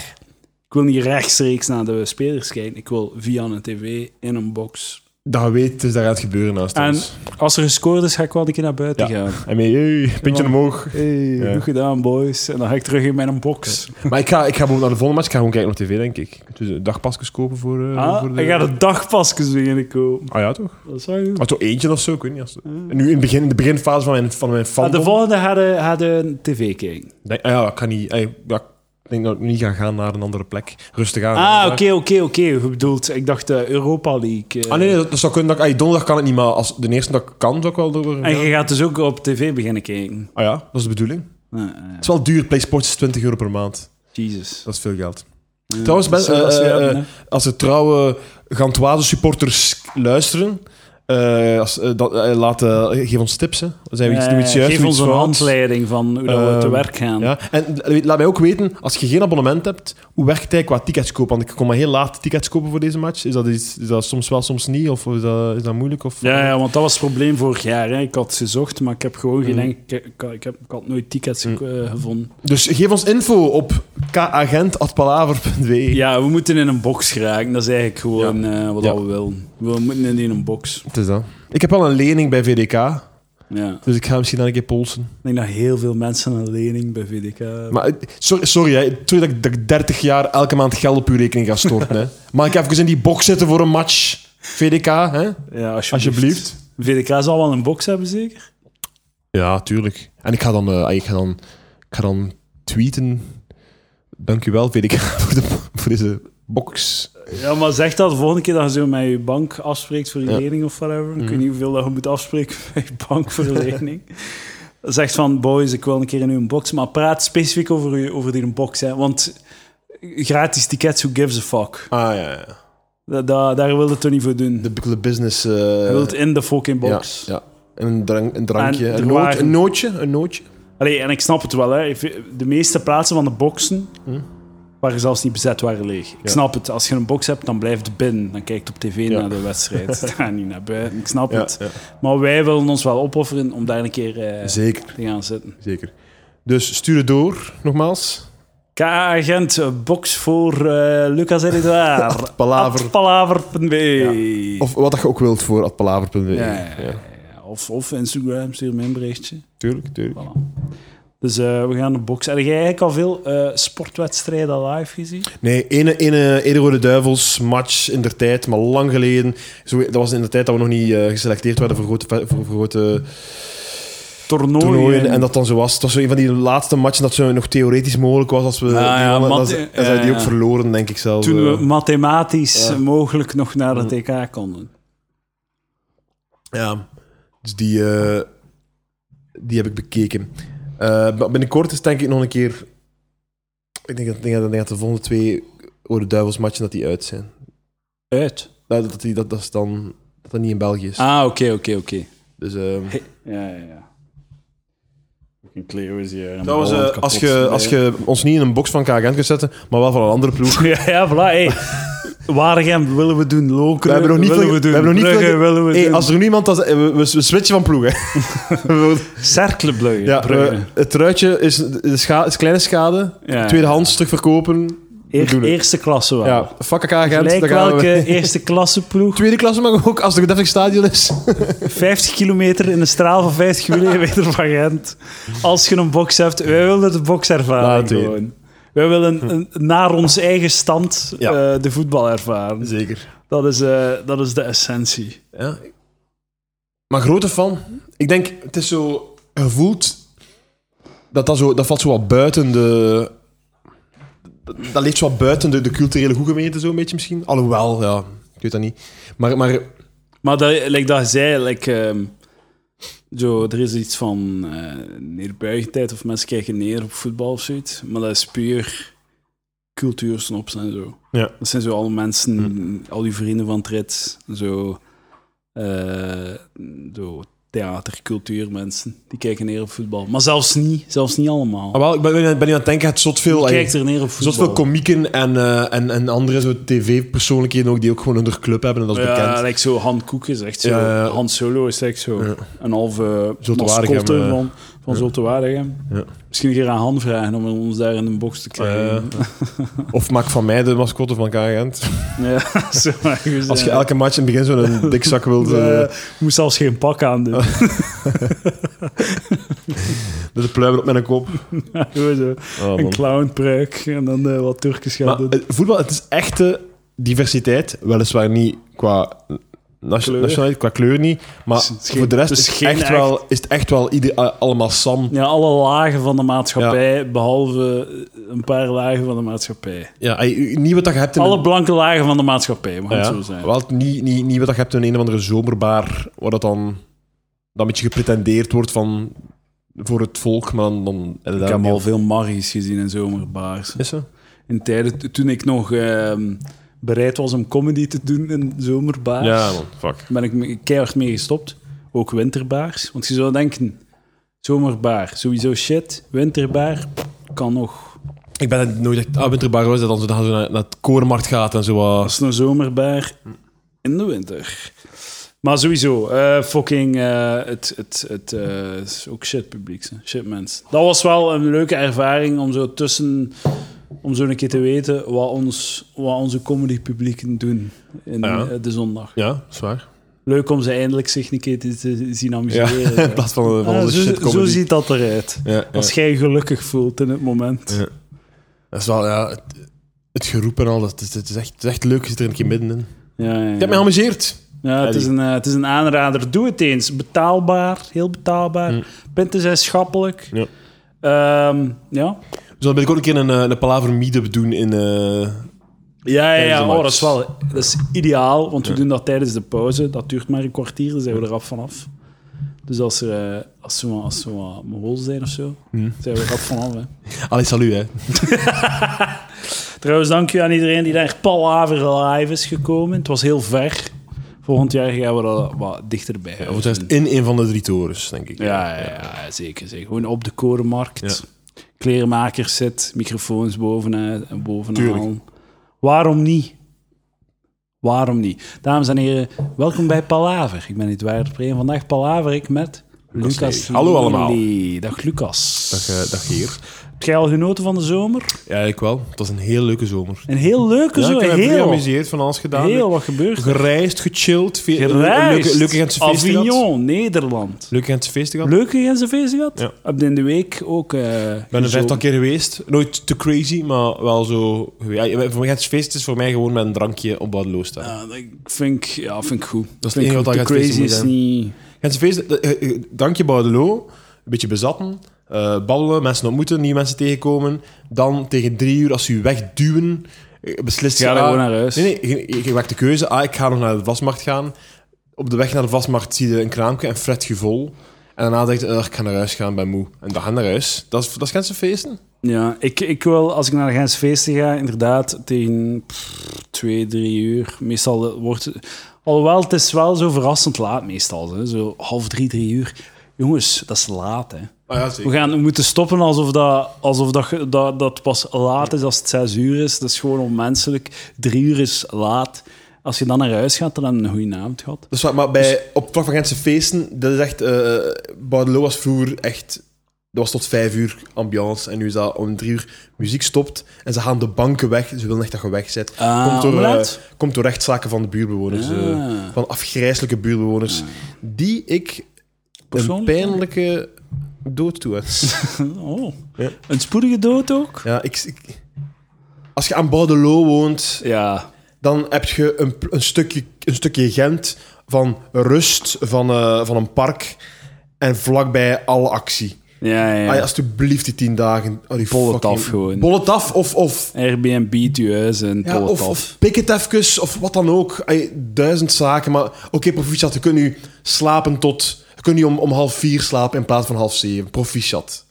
Ik wil niet rechtstreeks naar de spelers kijken. Ik wil via een tv in een box.
dat weet, het is daar aan het gebeuren naast
En
ons.
als er gescoord is, ga ik wel een keer naar buiten
Ja.
gaan.
En mee, hey, pintje
Ja.
omhoog.
Hey,
Ja.
goed gedaan, boys. En dan ga ik terug in mijn box.
Maar ik ga, ik ga bijvoorbeeld naar de volgende match. Ik ga gewoon kijken op tv, denk ik. Dus eh, dagpasjes kopen voor, eh, voor
Ah,
de...
ik ga de dagpasjes beginnen kopen.
Ah ja, toch?
Dat zou je doen.
Maar zo eentje of zo, ik weet niet. Als... Nu in, het begin, in de beginfase van mijn, van mijn
Ah, de
fandom...
volgende gaat de, gaat de tv kijken.
Denk- ah ja, ik kan niet... eh, ja, ik denk dat ik niet ga gaan naar een andere plek. Rustig aan.
Ah, oké, oké, oké. Je bedoelt, ik dacht de Europa League. eh.
Ah nee, nee, dat, dat zou kunnen. Dat, ik- ah, donderdag kan het niet, maar als de eerste dag kan, zou ik wel door...
En je gaat dus ook op tv beginnen kijken.
Ah ja, dat is de bedoeling. Het
Ah, ah,
is wel duur. PlaySports is 20 euro per maand.
Jesus.
Dat is veel geld. Trouwens, ben,
Zullen we dat
eh,
eens
eh,
hebben,
eh, als er trouwe Gantoise supporters luisteren, eh, als, eh, dat, eh, laat, eh, geef ons tips. Hè. Zijn we iets,
Eh,
doen we iets juist?
Geef
doen we
ons
iets
een
fout?
handleiding van hoe dat we te
Ehm,
werk gaan.
Ja. En eh, laat mij ook weten, als je geen abonnement hebt, hoe werkt het eigenlijk qua tickets kopen? Want ik kon maar heel laat tickets kopen voor deze match. Is dat, iets, is dat soms wel, soms niet? Of is dat, is dat moeilijk? Of,
Ja, ja, want dat was het probleem vorig jaar. Hè. Ik had gezocht, maar ik heb gewoon geen
Mm.
enkel- ik, ik, heb, ik had nooit tickets eh, gevonden.
Dus geef ons info op kagent.palaver.be.
Ja, we moeten in een box geraken. Dat is eigenlijk gewoon eh, wat
Ja.
we willen. We moeten in die een box.
Het is dat. Ik heb wel een lening bij VDK,
Ja.
dus ik ga misschien dan een keer polsen.
Ik denk dat heel veel mensen een lening bij VDK hebben.
Maar eh, sorry, sorry, hè. sorry dat, ik, dat ik 30 jaar elke maand geld op uw rekening ga storten. hè. Mag ik even in die box zitten voor een match? VDK, hè?
ja, alsjeblieft.
alsjeblieft.
VDK zal wel een box hebben, zeker?
Ja, tuurlijk. En ik ga dan, eh, ik ga dan, ik ga dan tweeten. Dankjewel, VDK, voor, de, voor deze box.
Ja, maar zeg dat de volgende keer dat je zo met je bank afspreekt voor je
Ja.
lening of whatever. Ik weet niet hoeveel dat je moet afspreken met je bank voor je lening. Zegt van, boys, ik wil een keer in uw box. Maar praat specifiek over, je, over die box, hè. Want gratis tickets, who gives a fuck?
Ah ja, ja.
Da, da- daar wil je het toch niet voor doen?
De, de business. eh,
Je wilt in de fucking box.
Ja, ja. En een, drank, een drankje.
En er
een, noot-
waren-
een nootje. Een nootje.
Allee, en ik snap het wel, hè. De meeste plaatsen van de boxen
Hm.
waren zelfs niet bezet, waren leeg. Ik
Ja.
snap het. Als je een box hebt, dan blijft het binnen. Dan kijkt op tv
Ja.
naar de wedstrijd. Ga niet naar buiten. Ik snap
Ja,
het.
ja.
Maar wij willen ons wel opofferen om daar een keer eh,
Zeker.
te gaan zitten.
Zeker. Dus stuur het door, nogmaals.
KA-agent, eh, box voor eh, Lucas en
At Palaver.
At Palaver.be.
Of wat dat je ook wilt voor atpalaver.be.
Ja, ja, ja, ja. Of, of Instagram, stuur me een berichtje.
Tuurlijk, tuurlijk.
Voilà. Dus eh, we gaan de box. Heb jij eigenlijk al veel eh, sportwedstrijden live gezien?
Nee, ene, ene, ene Rode Duivels match in der tijd, maar lang geleden. Zo, dat was in de tijd dat we nog niet eh, geselecteerd werden voor grote, ve- voor, voor grote
Toernooien.
toernooien. En dat dan zo was. Het was zo een van die laatste matchen dat zo nog theoretisch mogelijk was. Als we die
Ah, ja,
wonnen.
maar
dat,
die-
ze- dat zij die
ja,
ook
ja.
verloren, denk ik zelf.
Toen we
eh.
mathematisch
Ja. Mm.
mogelijk nog naar de TK konden.
Ja. Dus die, eh, die heb ik bekeken. Eh, maar binnenkort is denk ik nog een keer... Ik denk dat, ik denk dat, ik denk dat de volgende twee Rode Duivels matchen dat die uit zijn.
Uit.
Nou, Dat, dat, die, dat, dat is dan... Dat dat niet in België is.
Ah, oké, oké, oké.
Dus, ehm,
Ja, ja, ja. Een kleeuw is hier.
Trouwens, eh, als je als je ons niet in een box van KGN kunt zetten, maar wel van een andere ploeg.
Ja, ja, voilà. Hey. Waregem willen we doen, Lokeren
We hebben nog niet
willen
veel-
we doen,
we hebben nog niet veel
Brugge
ge-
willen we
Hey,
doen.
als er nu iemand... Dat, we, we we switchen van ploeg, hè. We-
Cerkelenbrugge,
ja,
Brugge.
we- het truitje is, de scha- is kleine schade.
Ja.
Tweedehands terugverkopen.
Eer-
doen het.
eerste klasse wel.
Ja, fuck elkaar Gent.
Gelijk
daar gaan we.
welke eerste klasse ploeg.
Tweede klasse mag ook, als er een deftig stadion is.
50 kilometer in een straal van 50 millimeter van Gent. Als je een box hebt, wij willen de
Laat
boxervaring
het weten.
gewoon. Wij willen een- naar ons eigen stand
Ja.
eh, de voetbal ervaren.
Zeker.
Dat is, eh, dat is de essentie.
Ja. Maar grote fan. Ik denk, het is zo gevoeld dat dat zo, dat valt zo wat buiten de. Dat, dat ligt zo wat buiten de, de culturele goegemeente, zo een beetje misschien. Alhoewel, ja, ik weet dat niet. Maar, maar
Maar dat, like dat je zei, like, ehm, Zo, er is iets van eh neerbuigendheid of mensen kijken neer op voetbal of zoiets. Maar dat is puur cultuursnops en zo.
Ja. Hm.
Dat zijn zo alle mensen, al die vrienden van Trit, zo, eh zo theatercultuurmensen. Die kijken neer op voetbal. Maar zelfs niet, zelfs niet allemaal.
Ah, wel, ik ben, ben nu aan het denken, het zot veel...
Je
ey,
kijkt er neer op voetbal.
Zoals veel komieken en, eh, en, en andere zo tv-persoonlijkheden ook, die ook gewoon hun club hebben en dat is
Ja,
bekend.
like zo Han Koek is echt zo.
Ja.
Han Solo is echt zo.
Ja.
Een halve
Zulte
mascotte
Waregem, eh,
van, van
ja.
Zulte Waregem.
Ja.
Misschien een keer aan Han vragen om ons daar in een box te krijgen.
Eh, Of maak van mij de mascotte van Kagent.
ja, zo, maar goed,
Als je
ja.
elke match in het begin zo'n dikzak wilt... eh, Oh.
Eh, je moest zelfs geen pak aan doen.
met de pluimen op mijn kop.
Gewoon zo. Een clownpruik en dan eh, wat Turkisch gaan
Maar
doen.
het voetbal, het is echte diversiteit. Weliswaar niet qua nation-
Kleur.
nationaliteit, qua kleur niet. Maar
Het is geen-
voor de rest
het is
is, het
geen
echt
echt-
Wel, is het echt wel ieder, a- allemaal Sam.
Ja, alle lagen van de maatschappij, behalve eh, een paar lagen van de maatschappij.
Ja, ey, niet wat dat je hebt in
Alle
een-
blanke lagen van de maatschappij, mag het
ja,
zo zijn.
Wel, niet, niet, niet wat dat je hebt in een of andere zomerbaar, waar dat dan dat een beetje gepretendeerd wordt van voor het volk, maar dan... dan
Ik heb al veel marries gezien in zomerbaars.
Is ze?
in tijden to- toen ik nog ehm, bereid was om comedy te doen in zomerbaars,
Ja, man. Fuck.
ben ik me- keihard mee gestopt. Ook winterbaars. Want je zou denken, zomerbaar, sowieso shit. Winterbaar kan nog.
Ik ben het nooit echt... Ah, winterbaar was dat dan zo, dat je zo naar, naar het korenmarkt gaat en zo. ah, wat.
Dat is een zomerbaar in de winter. Maar sowieso, eh, fucking, eh, het, het, het eh, is ook shit publiek, hè. shit mensen. Dat was wel een leuke ervaring om zo tussen, om zo een keer te weten wat, ons, wat onze comedy publieken doen in
Ja.
eh, de zondag.
Ja, zwaar.
Leuk om ze eindelijk zich een keer te, te zien
Ja,
amuseren.
in plaats van, van
Ah,
onze
zo,
shitcomedy.
zo ziet dat eruit.
Ja, ja.
Als jij je gelukkig voelt in het moment.
Ja. Dat is wel, ja, het, het geroep en al, dat, het, het is echt, het is echt leuk, je zit er een keer middenin.
Ja, ja,
Ik
ja.
heb me geamuseerd.
Ja, het is, een, eh, het is een aanrader. Doe het eens. Betaalbaar, heel betaalbaar. Punten zijn schappelijk.
Hm. Ja.
Ehm, ja.
We zullen binnenkort een keer een, eh, een palaver meetup doen in... eh,
Ja, ja,
Tijdens
ja.
de
Oh,
match.
dat is wel dat is ideaal, want we doen dat tijdens de pauze. Dat duurt maar een kwartier, dan zijn we eraf vanaf. Dus als er, eh, als ze wat- als ze wat mohols zijn of zo,
Hm.
zijn we eraf vanaf. Hè.
Allee, salut, hè.
Trouwens, dank u aan iedereen die naar Palaver Live is gekomen. Het was heel ver. Volgend jaar gaan we dat wat dichterbij.
Of het is in een van de drie torens, denk ik.
Ja, ja, ja, zeker, zeker. Gewoon op de korenmarkt. Kleermakers zit, microfoons eh, bovenaan. en bovenaan.
Tuurlijk.
Waarom niet? Waarom niet? Dames en heren, welkom bij Palaver. Ik ben Edouard Preen. Vandaag palaver ik met Lucas.
Lely. Hallo allemaal.
Lely. Dag Lucas.
Dag, eh, dag hier.
Heb jij al genoten van de zomer?
Ja, ik wel. Het was een heel leuke zomer.
Een heel leuke
Ja, ik
zomer.
heb me
Heel,
geamuseerd, van alles gedaan.
heel wat gebeurd.
Gereisd, gechilled. Veel, een- een Leuke,
Gereisd.
leuke Gentse feesten gehad.
Avignon, Nederland.
Leuke Gentse feesten gehad.
Leuke Gentse feesten gehad?
Ja.
Heb je in de week ook... eh
Ik ben
gezopen?
er vijftal keer geweest. Nooit te crazy, maar wel zo... Ja, voor Gentse feest is voor mij gewoon met een drankje op Badeloos staan.
Ja, dat vind ik, ja, vind ik goed.
is het
Vind ik
enige wat
goed.
je
Te
gaat
crazy
feesten
is
moet
niet...
Gentse feest, eh, eh, eh, dank je Boudeloo. Een beetje bezatten, eh, babbelen, mensen ontmoeten, nieuwe mensen tegenkomen. Dan tegen drie uur, als ze je wegduwen, eh, beslist
Ga
je...
dan
ah,
gewoon naar huis.
Nee, nee, je, je maakt de keuze. Ah, ik ga nog naar de vastmarkt gaan. Op de weg naar de vastmarkt zie je een kraampje en fret je vol. En daarna denk je, eh, ik ga naar huis gaan, ben moe. En dan gaan naar huis. Dat is, dat is Gentse feesten.
Ja, ik, ik wil, als ik naar de Gentse feesten ga, inderdaad tegen pff, twee, drie uur. Meestal eh, wordt... Alhoewel, het is wel zo verrassend laat meestal. Hè. Zo half drie, drie uur. Jongens, dat is laat, hè.
Ah ja,
We,
zeker.
gaan, we moeten stoppen alsof, dat, alsof dat, ge- dat, dat pas laat is als het zes uur is. Dat is gewoon onmenselijk. Drie uur is laat. Als je dan naar huis gaat, dan heb je een goede avond gehad.
Dus, wat- maar bij, op vlak van Gentse feesten, dat is echt... eh Bordeaux was vroeger echt... Dat was tot vijf uur ambiance. En nu is dat om drie uur muziek stopt. En ze gaan de banken weg. Ze willen echt dat je weg zit.
Ah,
komt, door,
hoe
eh,
laat?
komt door rechtszaken van de buurtbewoners.
Ah.
eh, van afgrijzelijke buurtbewoners. Die ik een
Persoonlijk?
pijnlijke dood toewens.
Oh.
Ja.
Een spoedige dood ook?
ja, ik, ik- als je aan Bordeaux woont,
Ja.
dan heb je een, pl- een, stukje, een stukje Gent van rust, van, eh, van een park en vlakbij alle actie.
Ja, Ja, ja.
Allee, alsjeblieft, die tien dagen. Oh, die
Bol het
fucking-
af gewoon.
Bol het af, of, of,
Airbnb, het huis en
ja,
tot
of,
af.
of pik het even, of wat dan ook. Allee, duizend zaken, maar oké, proficiat, je kunt nu slapen tot... Je kunt nu om, om half vier slapen in plaats van half zeven. Proficiat.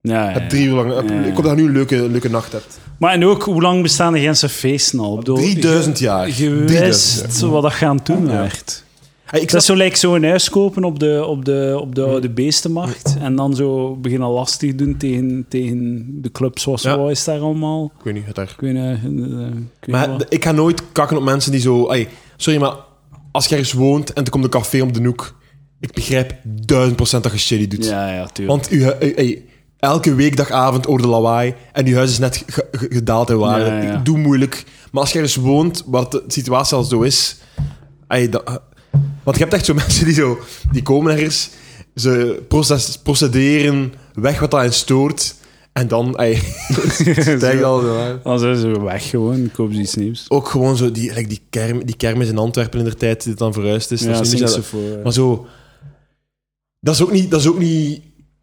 ja, ja,
Heb drie uur lang... heb-
Ja.
Ik hoop dat je nu een leuke, leuke nacht hebt.
Maar en ook, hoe lang bestaan de Gentse feesten al? Ik bedoel,
3000 jaar.
Je, je
3000
wist wat dat gaan doen werd.
Hey,
Dat
ik snap, Hmm.
is zo lijkt zo'n huis kopen op de, op de, op de, de beestenmarkt. En dan zo beginnen lastig doen tegen, tegen de clubs zoals
Ja.
ja. is daar allemaal.
ik weet niet, het daar.
Ik weet, eh, eh, ik weet
Maar
wat.
d- ik ga nooit kakken op mensen die zo... allee, sorry, maar als je ergens woont en er komt een café op de noek... Ik begrijp duizend procent dat je shitty doet.
Ja, ja, tuurlijk.
Want u, hu- ey, elke weekdagavond hoor de lawaai en uw huis is net ge- ge- gedaald in waarde.
Ja, ja.
Ik doe moeilijk. Maar als je ergens woont waar de situatie al zo is... ey, dat- want je hebt echt zo mensen die zo... Die komen ergens, ze proces, procederen, weg wat dat hen stoort... En dan, ey, stijgt al de waarde.
Dan zijn ze weg gewoon, ik koop ze iets nieuws.
Ook gewoon zo die, like die, kerm, die kermis in Antwerpen in de tijd, die dan verhuisd is.
Ja,
dat is niet
zing
zo-
ze voor.
maar zo... Dat is ook niet, dat is ook niet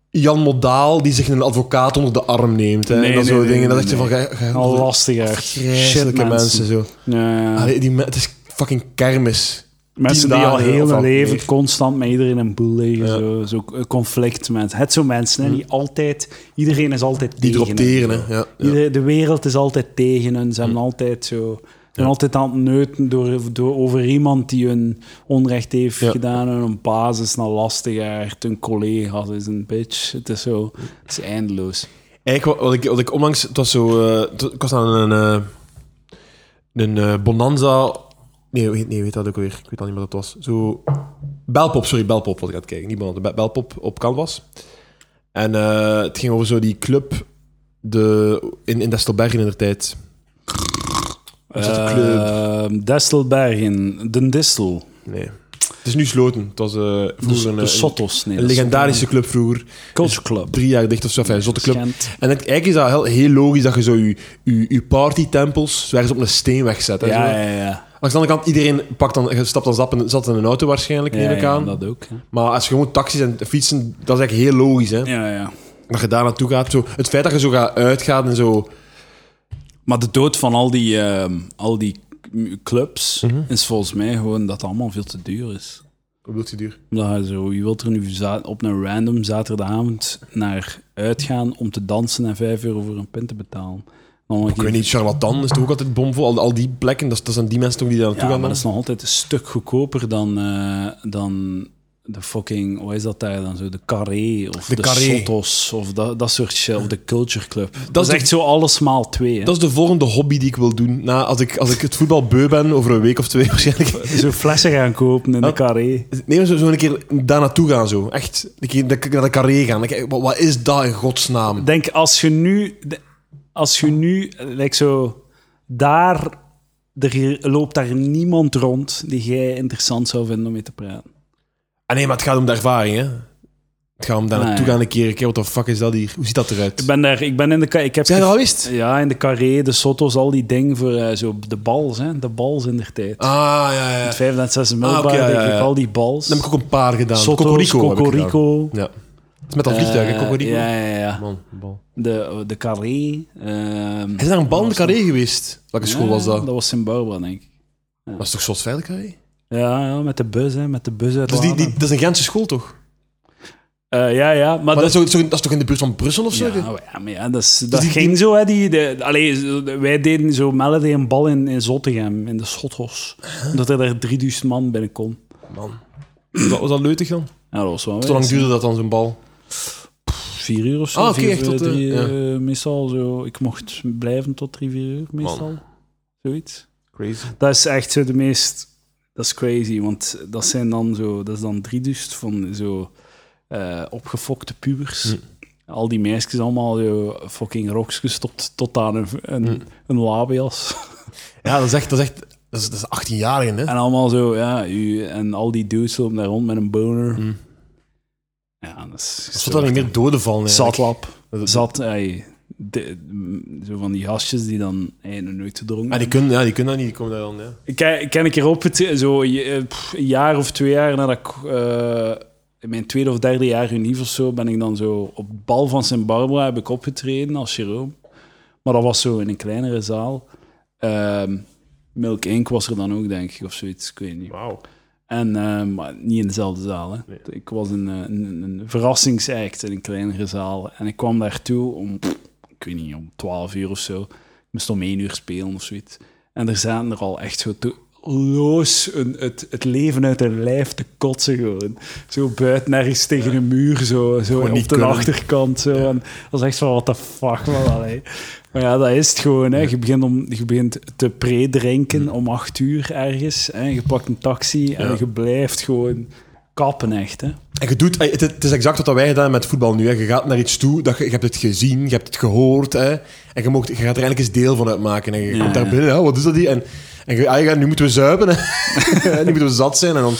Jan Modaal die zich een advocaat onder de arm neemt. Hè?
Nee,
en dat
nee,
soort
nee,
dingen.
nee,
dat is echt
nee.
van... Ge, ge,
Al lastig echt. Shit,
Afgrijzelijke mensen. Ah, zo.
Ja, ja.
Allee, die, me- het is fucking kermis.
Mensen
tien
die al
dagen
heel
eh, of
hun
wat
leven
meer.
constant met iedereen in een boel liggen.
Ja. Hm.
Zo, zo een conflict met. Het zo mensen, hè, die altijd... Iedereen is altijd
Die
tegen
erop teren, hè. Ja, Hm. ja.
Ieder- de wereld is altijd tegen hun. Ze hebben altijd zo... ze zijn altijd aan het neuten door, door, over iemand die hun onrecht heeft
Ja.
gedaan. Hun baas is een lastigaard, hun collega's is een bitch. Het is zo... Het is eindeloos.
Eigenlijk, wat, wat ik, wat ik onlangs... Het was zo... eh, het was- ik was aan een... eh, een eh, Bonanza... Nee, hoe heet- nee, weet dat ook weer. Ik weet al niet wat dat was. Zo... Belpop, sorry, Belpop wat ik aan het kijken. Niet Bonanza, Be- Belpop op Canvas. En eh, het ging over zo die club de, in, in Destelbergen in de tijd. Was dat de club?
Ehm, Destelbergen, Den Distel.
Nee. Het is nu sloten. Het was eh,
De,
vroeger een,
de
een-
Sottos. Nee,
een legendarische club vroeger.
Culture Club.
Drie jaar dicht of zo. Enfin, een zotte club.
Gent.
En dat- eigenlijk is dat heel, heel logisch dat je zo je, je, je partytempels zo ergens op een steen wegzet. hè, zo.
Ja, ja, ja.
Langs de andere kant, iedereen pakt dan, je stapt dan zat in, zat in een auto waarschijnlijk, neem ik
ja,
aan.
dat ook. hè.
Maar als je gewoon taxis en fietsen, dat is eigenlijk heel logisch. Hè?
Ja, ja.
Dat je daar naartoe gaat. Zo, het feit dat je zo gaat uitgaan en zo...
Maar de dood van al die, ehm, al die clubs
Mhm.
is volgens mij gewoon dat het allemaal veel te duur is.
Wat bedoelt je duur?
Omdat je zo, je wilt er nu za- op een random zaterdagavond naar uitgaan om te dansen en 5 euro voor een pint te betalen. Dan
Ik weet niet, charlatan is toch ook altijd bomvol? Al, al die plekken, dat, is- dat zijn die mensen toch die daar naartoe
Ja,
gaan.
maar dat
dan?
is nog altijd een stuk goedkoper dan, eh, dan de fucking, hoe is dat daar dan zo? De Carré of de,
De Carré.
Sotos of dat, dat soort shit. Of de Culture Club. Dat, is
de-
echt zo alles maal twee. Hè?
Dat is de volgende hobby die ik wil doen. Na, als, ik, als ik het voetbal beu ben, over een week of twee waarschijnlijk.
Zo flessen gaan kopen in de
Ja.
Carré.
Nee, maar zo, zo een keer daar naartoe gaan, zo. Echt, een keer naar de- naar de carré gaan. Ik- Wat, wat is dat in godsnaam?
denk als je nu, als je nu, eh, like zo, daar, er hier- loopt daar niemand rond die jij interessant zou vinden om mee te praten.
Ah, nee, maar het gaat om de ervaring, hè. Het gaat om daar
Ah,
naartoe
ja.
gaan een keer. een keer. Wat de fuck is dat hier? Hoe ziet dat eruit?
Ik ben daar, ik ben in de, ka- ik heb,
Zijn je dat al wist?
ja, in de carré, de sotos, al die dingen voor eh, zo de bals, hè, de bals in der tijd.
Ah, ja, ja, ja.
Het vijfde en zesde
Ah,
middelbaar,
oké, ja,
denk
ja,
ik,
ja.
al die bals.
Dan heb ik ook een paar gedaan.
Sotos,
Cocorico heb ik
Cocorico.
gedaan. Ja. Het is met dat vliegtuig, hè,
Eh,
Cocorico.
ja, ja, ja.
Man, bal.
De, de carré. ehm,
Is daar een bal in de carré geweest? Welke school was
ja,
dat?
Dat was in Barbara, denk ik.
Dat is toch zoals veilig carré?
Ja, ja, met de bus, hè, met de bus uit
Dus die, die,
Waalre.
dat is een Gentse school, toch?
Eh, ja, ja, maar,
Maar
dat
Ah, dat is, toch- dat is toch in de buurt van Brussel of zo?
Ja, maar ja, maar ja, dat, is, dat
Dus die-
ging zo. Hè, die, de, allee, zo- de- wij deden zo Melody een bal in, in Zottegem, in de Schothos. Omdat er daar 3000 man binnenkom.
Man. Was dat, was dat leutig dan?
Ja, dat was wel
Hoe lang duurde dat dan, zo'n bal?
Vier uur of zo.
Ah, oké,
vier,
echt tot,
eh, drie,
eh,
eh, meestal zo. Ik mocht blijven tot drie, vier uur meestal. Zoiets.
Crazy.
Dat is echt zo de meest... Dat is crazy, want dat zijn dan zo... Dat is dan 3000 van zo eh, opgefokte pubers.
Hm.
Al die meisjes allemaal zo fucking rokjes tot, tot aan een, een,
Hm.
een labias.
Ja, dat is echt... Dat is, echt, dat is, dat is 18-jarigen, hè?
En allemaal zo, ja, u, en al die dudes lopen daar rond met een boner.
Mm.
Ja, dat is...
Dat zou dan niet meer doden vallen, eigenlijk.
Zatlap.
Dat- dat-
Zat, ey, de- m, zo van die gastjes die dan ey, nog nooit gedronken
Ah, die kunnen, ja, die kunnen dat niet. Die komen daar dan, ja.
Ik ken, ik ken een keer op, het, zo je- eh, pff, een jaar of twee jaar nadat ik eh, in mijn tweede of derde jaar unief of zo ben ik dan zo op het bal van Sint Barbara heb ik opgetreden als Jeroen. Maar dat was zo in een kleinere zaal. Ehm, Milk Inc. was er dan ook, denk ik, of zoiets. Ik weet niet.
Wauw.
En, eh, maar niet in dezelfde zaal. Hè. Ik was een, eh, een, een verrassingsact in een kleinere zaal. En ik kwam daartoe om, pff, ik weet niet, om 12 uur of zo. Ik moest om 1 uur spelen of zoiets. En er zaten er al echt zo te- loos een, het, het leven uit hun lijf te kotsen gewoon. Zo buiten ergens tegen een muur, zo, zo op de
niet kunnen.
achterkant. Zo. En dat was echt van, what the fuck, man. allee. Maar ja, dat is het gewoon. Hè. Je, begint om, je begint te pre-drinken om acht uur ergens. Hè. Je pakt een taxi en
Mm. Ja.
je blijft gewoon kappen echt. Hè.
En je doet, eh, het, het is exact wat wij gedaan hebben met voetbal nu. Hè. Je gaat naar iets toe, dat je, je hebt het gezien, je hebt het gehoord. Hè. En je, mocht, je gaat er eigenlijk eens deel van uitmaken. En je komt daar binnen, hè, wat is dat hier? En, en je, ah, ja, nu moeten we zuipen. Hè. nu moeten we zat zijn. En dan,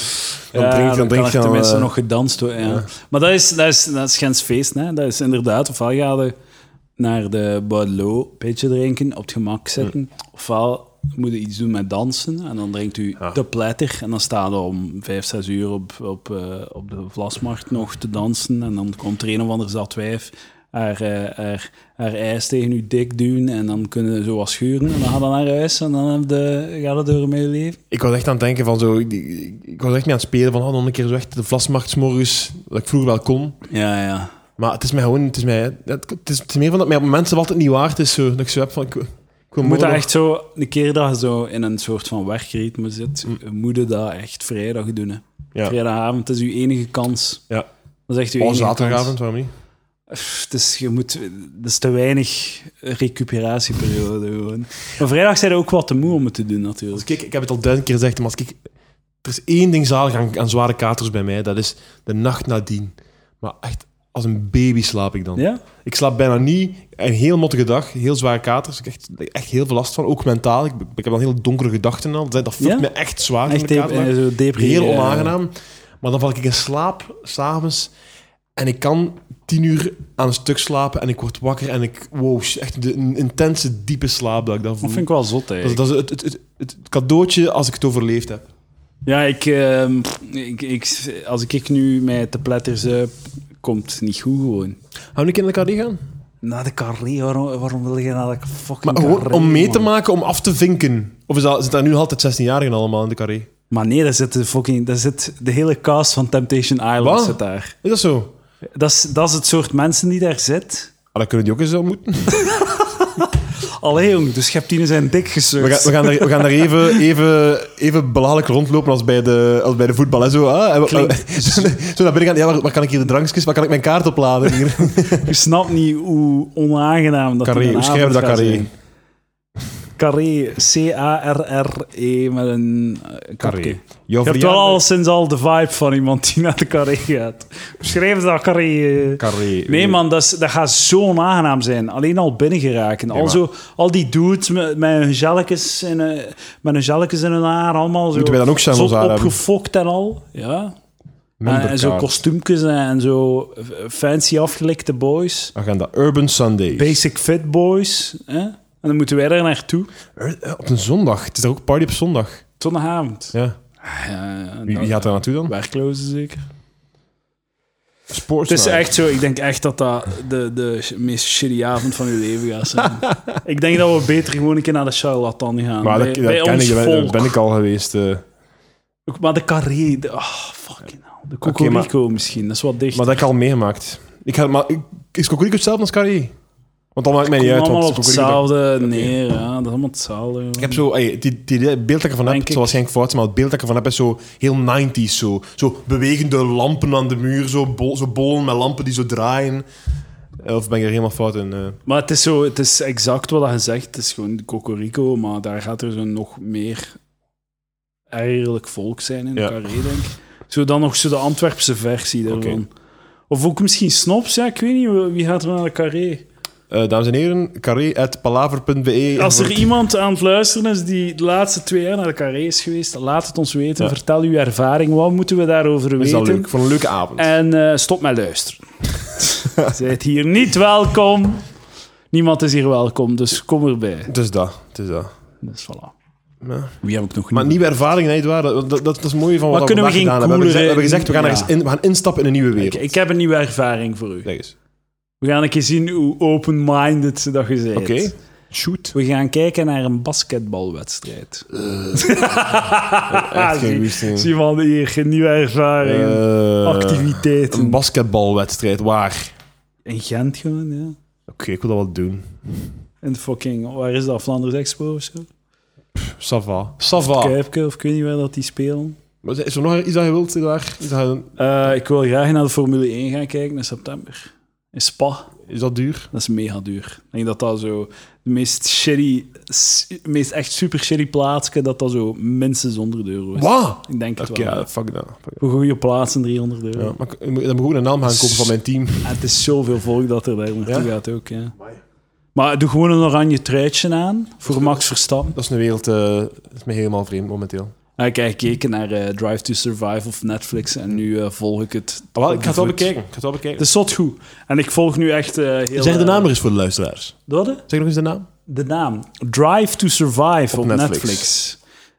dan
ja,
drink
dan
je... Dan drink
kan
je
er
dan,
tenminste
eh,
nog gedanst worden. Ja. Maar dat is, dat is, dat is Gens feest. Hè. Dat is inderdaad, ofwel ga je naar de Bordeaux een beetje drinken, op het gemak zitten. Ofwel moet je iets doen met dansen. En dan drinkt u te pletter. En dan staat je om vijf, zes uur op, op, eh, op de Vlasmarkt nog te dansen. En dan komt er een of ander zat wijf haar, eh, haar, haar ijs tegen uw dik duwen. En dan kunnen ze zo wat schuren. En dan gaat je naar huis en dan heb je, gaat het door mee leven.
Ik was echt aan het denken van zo... Ik, ik- ik was echt mee aan het spelen van, oh, nog een keer zo echt de vlasmarkt 's morgens Dat ik vroeger wel kon.
Ja, ja.
Maar het is mij gewoon... Het is, mij, het, het is, het is meer van dat mij op momenten altijd niet waard is. Zo, dat ik zo heb van... Ik, ik wil
Je moet
morgen
dat
nog-
echt zo, een keer dat je zo in een soort van werkritme zit, moet je dat echt vrijdag doen. Hè.
Mm. Ja.
Vrijdagavond dat is uw enige kans.
ja.
Dat is echt uw
Of
enige
oh, zaterdagavond, waarom niet?
kans. Pff, Het is, je moet, het is te weinig recuperatieperiode gewoon. Maar vrijdag zijn er ook wat te moe om het te doen
Als
natuurlijk.
Dus ik, ik heb het al duizend keer gezegd, maar als ik, er is één ding zalig aan, aan zware katers bij mij, dat is de nacht nadien. Maar echt, als een baby slaap ik dan.
Ja?
Ik slaap bijna niet, een heel mottige dag, heel zware katers, ik heb echt, echt heel veel last van, ook mentaal. Ik, ik heb dan heel donkere gedachten al, dat dat voelt
Ja?
me echt zwaar.
Echt
van de
de,
katerdag.
zo depri-
heel
eh,
onaangenaam. Maar dan val ik in slaap, s'avonds, en ik kan tien uur aan een stuk slapen en ik word wakker en ik, wow, echt de, een intense, diepe slaap dat ik dan voel.
Dat vind ik wel zot
Dat is,
eigenlijk.
dat is het, het, het, het cadeautje als ik het overleefd heb.
Ja, ik, ehm, ik, ik, als ik nu met de pletters zuip, komt het niet goed gewoon.
Gaan we een keer naar de KD gaan?
Na de carré, waarom, waarom wil je naar de
Maar
fucking
gewoon
carré,
om mee te
man?
maken, om af te vinken. Of is dat, zitten daar nu altijd 16-jarigen allemaal in de carré?
Maar nee, daar zit de fucking... Daar zit de hele cast van Temptation Island
Wat?
zit daar.
Is dat zo?
Dat is, dat is het soort mensen die daar zit.
Ah, dan kunnen die ook eens ontmoeten.
Allee, jong, dus de scheptinen zijn dik
We gaan,
gesurd.
we gaan, daar, we gaan daar even, even, even belachelijk rondlopen als bij de, als bij de voetbal. Hè, zo, ah, en we-
Klinkt-
zo naar binnen gaan. Ja, waar, waar kan ik hier de drankjes? Waar kan ik mijn kaart opladen? Hier?
Je snapt niet hoe onaangenaam dat
Carré,
die
hoe schrijven we dat
avond gaat
carré?
zijn. Carré, C-A-R-R-E met een eh, kapje.
Carré.
Je
Jouw
hebt wel
verjaardag-
al sinds al de vibe van iemand die naar de carré gaat. Schrijf dat carré. eh.
Carré.
Nee, man, dat, is, dat gaat zo onaangenaam zijn. Alleen al binnengeraken. al,
maar-
zo, al die dudes met, met hun gelletjes in, hun- met hun, gelletjes in hun haar, allemaal zo,
Moeten wij dan ook
zo
channels aan hebben?
opgefokt en al. Ja. En, en zo
Memberkaart.
kostuumjes en, en zo eh, fancy afgelikte boys.
Agenda Urban Sundays.
Basic fit boys. Hè? En dan moeten wij daar naartoe.
Eh, Op een zondag. Het is daar ook party op zondag.
Zondagavond.
Ja.
Ja,
Wie, wie gaat daar naartoe dan?
werklozen zeker.
Sports. nou.
Het is echt zo, ik denk echt dat dat de, de meest shitty avond van uw leven gaat zijn. ik denk dat we beter gewoon een keer naar de charlatan gaan.
Maar
bij,
dat, dat
bij
ken
ons
ik, daar ben,
volk.
daar ben ik al geweest. eh.
Ook Maar de carré, de, ah, fucking hell. De
Oké,
Cocorico misschien, dat is wat dicht.
Maar dat heb ik al meegemaakt. Ik ga, maar, ik- is Cocorico hetzelfde als Carré? Want dan maakt mij niet
Komt
uit.
allemaal
Want
op
Cocorico-
hetzelfde neer, ja, dat is allemaal hetzelfde.
Ik heb zo, ey, die, die, die beeld dat ik ervan
Denk
heb,
ik.
het zal waarschijnlijk fout zijn, maar het beeld dat ik ervan heb is zo heel 90s. Zo, zo bewegende lampen aan de muur, zo, bol, zo bollen met lampen die zo draaien. Eh, Of ben ik er helemaal fout in? eh?
Maar het is, zo, het is exact wat je zegt, het is gewoon de Cocorico, maar daar gaat er zo nog meer eigenlijk volk zijn in de
Ja.
carré, denk ik. Zo dan nog zo de Antwerpse versie daarvan. Of ook misschien Snops, ja, ik weet niet, wie gaat er naar de carré?
Eh, dames en heren, carré.palaver.be.
Als er iemand aan het luisteren is die de laatste twee jaar naar de carré is geweest, laat het ons weten.
Ja.
Vertel uw ervaring, wat moeten we daarover
Is
weten?
dat leuk? Voor een leuke avond.
En eh, stop met luisteren. Zijt hier niet welkom. Niemand is hier welkom, dus kom erbij.
Het is dat, het is dat.
Dus voilà.
Ja.
Wie heb ik nog
Maar nieuwe ervaring, nee, het waar. Dat, dat, dat is mooi van wat,
Wat
we
kunnen we
vandaag
geen
gedaan hebben. We hebben gezegd, we
coolere-
hebben gezegd, we gaan,
ja.
ergens in, we gaan instappen in een nieuwe wereld.
Ik, ik heb een nieuwe ervaring voor u.
Zeg eens.
We gaan een keer zien hoe open-minded ze dat gezegd.
Oké. Shoot.
We gaan kijken naar een basketbalwedstrijd.
Eh. Echt geen
zie,
wist in.
zie van hier, een nieuwe ervaring.
Eh,
activiteiten.
Een basketbalwedstrijd, waar?
In Gent gewoon, ja.
Oké, ik wil dat wel doen.
In fucking, waar is dat, Flanders Expo of zo?
Sava. Sava.
Kuipke, of ik weet niet waar dat die spelen.
Is er nog iets dat je wilt daar? Is dat,
Eh, ik wil graag naar de Formule 1 gaan kijken in september. In Spa.
is dat duur?
Dat is mega duur. Ik denk dat dat zo de meest shitty, s- meest echt super shitty plaatsje, dat dat zo minstens 100 euro is.
Wat?
Ik denk het
Oké,
wel.
ja, fuck dat. fuck dat.
Voor goede plaatsen 300 euro.
Ja, maar ik- dan moet ik ook een naam gaan kopen van mijn team.
En het is zoveel volk dat er daar naartoe
Ja?
gaat ook. Ja. Maar doe gewoon een oranje truitje aan voor Max Verstappen.
Dat is een wereld, eh, dat is me helemaal vreemd momenteel.
Nou, ik heb gekeken naar eh, Drive to Survive of Netflix en nu eh, volg ik het.
Ah, wel, ik
op
ga het
de
wel
voet.
bekijken. Ik ga het wel bekijken.
Het is zot goed. En ik volg nu echt eh, heel...
Dus zeg de
eh,
naam nog eens voor de luisteraars.
Wat, hè?
Zeg nog eens de naam.
De naam. Drive to Survive op,
Op
Netflix.
Netflix.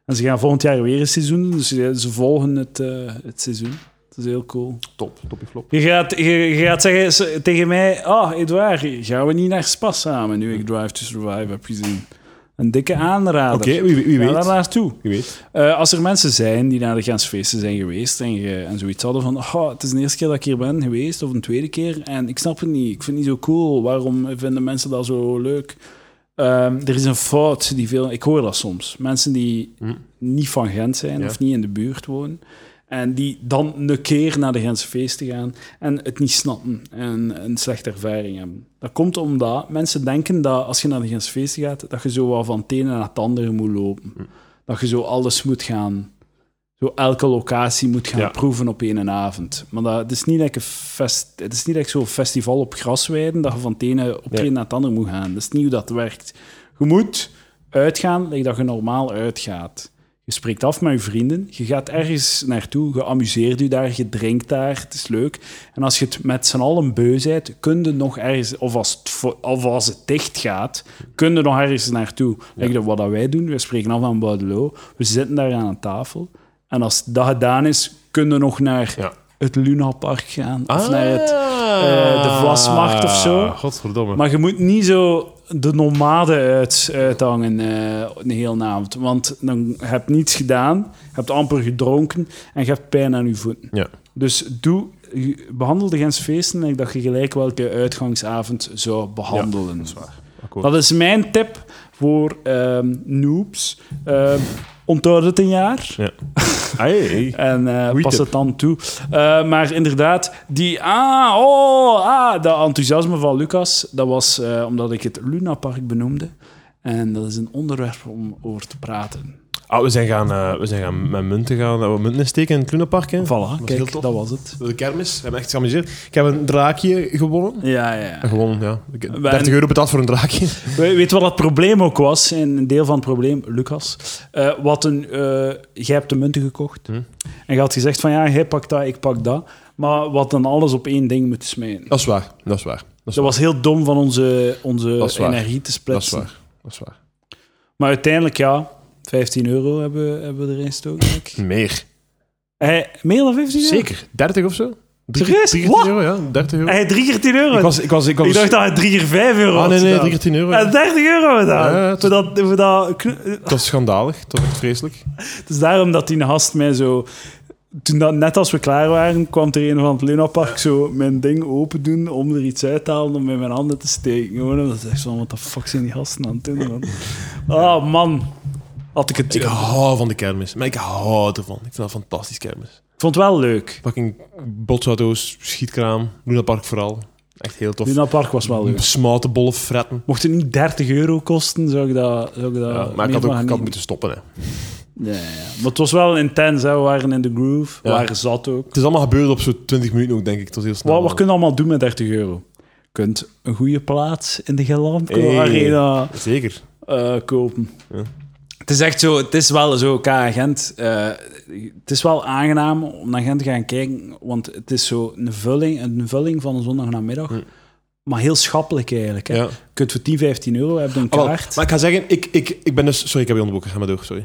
En ze gaan volgend jaar weer een seizoen doen, dus ze ze volgen het, eh, het seizoen. Het is heel cool.
Top, toppie flop.
Je gaat, je, je gaat zeggen ze- tegen mij, oh Edouard, gaan we niet naar Spa samen nu ik Drive to Survive heb gezien. Een dikke aanrader.
Oké, wie, wie
Ga daar
weet.
naartoe.
Wie weet.
Eh, als er mensen zijn die naar de Grensfeesten zijn geweest en, je- en zoiets hadden van oh, het is de eerste keer dat ik hier ben geweest of een tweede keer en ik snap het niet, ik vind het niet zo cool, waarom vinden mensen dat zo leuk? Ehm, er is een fout die veel... Ik hoor dat soms. Mensen die niet van Gent zijn
Ja.
of niet in de buurt wonen en die dan een keer naar de Grensfeesten gaan en het niet snappen en een slechte ervaring hebben. Dat komt omdat mensen denken dat als je naar de Grensfeesten gaat, dat je zo wel van het ene naar het andere moet lopen. Dat je zo alles moet gaan... Zo elke locatie moet gaan
Ja.
proeven op één avond. Maar dat, het is niet like een fest, het is niet like zo'n festival op grasweiden dat je van het ene op het
Nee.
een naar het ander moet gaan. Dat is niet hoe dat werkt. Je moet uitgaan like dat je normaal uitgaat. Je spreekt af met je vrienden, je gaat ergens naartoe, je amuseert je daar, je drinkt daar, het is leuk. En als je het met z'n allen beu bent, kun je nog ergens, of als het, vo- of als het dicht gaat, kun je nog ergens naartoe. Like dat wat dat wij doen, we spreken af aan Boudeloo, we zitten daar aan een tafel. En als dat gedaan is, kun je nog naar
Ja. Ah.
het Luna Park gaan, of naar het eh, de Vlasmarkt of zo.
Godverdomme.
maar je moet niet zo de nomade uit, uithangen eh een hele avond. Want dan heb je niets gedaan, hebt amper gedronken en je hebt pijn aan je voeten.
ja.
Dus doe, je- behandel de grensfeesten en dat je gelijk welke uitgangsavond zou behandelen. dat, is
Akkoord.
mijn tip voor ehm, noobs. Ehm, onthoud het een jaar.
Hey.
En eh,
Goeie
pas
tip.
het dan toe. Eh, maar inderdaad, die. Ah, oh, ah, dat enthousiasme van Lucas. Dat was eh, omdat ik het Luna Park benoemde. En dat is een onderwerp om over te praten.
Ah, we zijn gaan, eh, we zijn gaan met munten gaan, eh, munten steken in het Klunepark. hè.
Voilà,
heel
kijk,
tof.
dat was het.
De kermis, we hebben echt geamuseerd. Ik heb een draakje gewonnen.
Ja, ja. ja.
Gewonnen, ja. Ik heb
Wij-
30 euro betaald voor een draakje.
We- Weet je wat het probleem ook was? En een deel van het probleem, Lucas. Eh, wat een, eh, jij hebt de munten gekocht.
Hm?
En je had gezegd van ja, jij pakt dat, ik pak dat. Maar wat dan alles op één ding moeten smijten.
Dat is waar, dat is waar. Dat is,
Dat was heel dom van onze,
Dat
onze
is waar.
energie te
dat is
splitsen.
waar. Dat is waar.
Maar uiteindelijk, ja, 15 euro hebben, we- hebben we erin gestoken. denk ik.
Meer.
Hey, meer dan 15 euro?
Zeker. 30 of zo? Drie-
Serieus?
13
Wat?
euro, ja. 30 euro.
Hey, 3 keer 10 euro?
Ik
Ik,
was, ik was, ik was...
dacht dat hij 3 keer 5 euro
ah,
had
nee, nee,
gedaan.
3 10 euro.
Hij had 30 euro gedaan.
Ja, ja, het-
Voor dat, voor dat kn-
Dat was schandalig. Dat was echt vreselijk.
Het is daarom dat die gast mij zo... Toen dat, net als we klaar waren, kwam er een van het Lunapark zo mijn ding open doen om er iets uit te halen om in mijn handen te steken. Gewoon omdat ik echt van, wat de fuck zijn die gasten aan het doen, man? Ah, man. Had ik het...
Ik
Ik
hou van de kermis. Maar ik hou ervan. Ik vind dat een fantastisch kermis.
vond het wel leuk.
Fucking botsauto's, schietkraam, Luna Park vooral. Echt heel tof.
Lunapark was wel leuk.
Smatenbollen fretten.
Mocht het niet 30 euro kosten, zou ik dat. Zou ik dat
Ja, maar ik
meer
had
van
ook ik had
genieten.
moeten stoppen. Hè.
Ja, ja, ja. Maar het was wel intens, hè. we waren in de groove, we
Ja.
waren zat ook.
Het is allemaal gebeurd op zo'n 20 minuten ook, denk ik. Het was heel snel.
Wat, wat kun je allemaal doen met 30 euro? Je kunt een goede plaats in de Gelamco
Hey.
Arena
Zeker.
eh, kopen.
Ja.
Het is echt zo, het is wel zo, K. Gent. eh, het is wel aangenaam om naar Gent te gaan kijken, want het is zo een vulling, een vulling van een zondagnamiddag. maar heel schappelijk eigenlijk. Hè.
Ja.
Je kunt voor 10, 15 euro hebben een
Ah, wel,
kaart.
maar ik ga zeggen, ik, ik, ik ben dus... Sorry, ik heb je onderbroken. Ga maar door, sorry.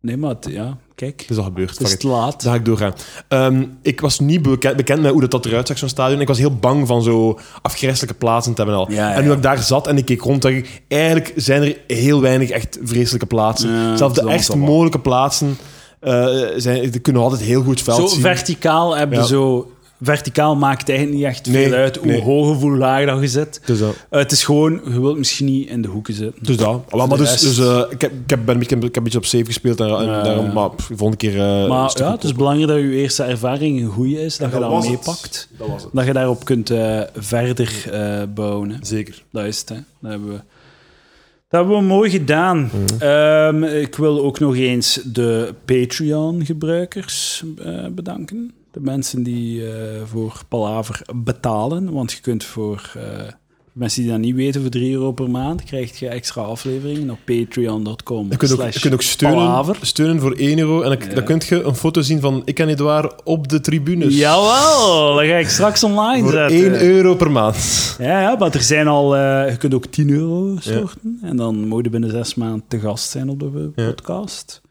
Nee, maar het- ja, kijk.
Het is al gebeurd.
Het
Fuck
is
it.
te laat.
Daar ga ik doorgaan. Ehm, ik was niet bekend, bekend met hoe dat, dat eruit zag, zo'n stadion. Ik was heel bang van zo afgrijselijke plaatsen te hebben al.
Ja, ja,
En nu
ja.
dat ik daar zat en ik keek rond, dacht ik... Eigenlijk zijn er heel weinig echt vreselijke plaatsen.
Ja, het is
Zelfs de
allemaal
echt
zo wat.
moeilijke plaatsen eh, zijn, die kunnen altijd heel goed veld
Zo
zien.
verticaal hebben
Ja.
zo... Verticaal maakt eigenlijk niet echt
Nee,
veel uit hoe
nee.
hoog of hoe laag dat je zit.
Dus dat.
Eh, het is gewoon, je wilt misschien niet in de hoeken zitten.
Dus dat. Ah, wel,
Voor
maar
de
dus,
rest-
dus, eh, ik, heb, ik, heb, ben, een beetje- ik heb een beetje op safe gespeeld. En, en
Ja.
daarom, maar pff, volgende keer... eh, een
Maar
stuk
ja, dus-
op-
het is belangrijk dat je eerste ervaring een goede is, dat
dat
je dat
was het.
meepakt.
Dat was het.
Dat je daarop kunt eh, verder eh, bouwen. Hè.
Zeker.
Dat is het, hè. Dat hebben we, dat hebben we mooi gedaan.
Mhm.
Ehm, ik wil ook nog eens de Patreon-gebruikers eh, bedanken. De mensen die eh, voor Palaver betalen. Want je kunt voor eh, mensen die dat niet weten, voor 3 euro per maand krijg je extra afleveringen op patreon.com.
Je kunt ook, je kunt ook steunen,
Palaver.
steunen voor 1 euro. En dan,
Ja.
dan kun je een foto zien van ik en Edouard op de tribunes.
Jawel, eh. dat ga ik straks online
dus. Voor
zetten.
1 euro per maand.
Ja, ja, maar er zijn al... eh, je kunt ook 10 euro storten. En dan moet je binnen zes maanden te gast zijn op de eh,
Ja.
podcast.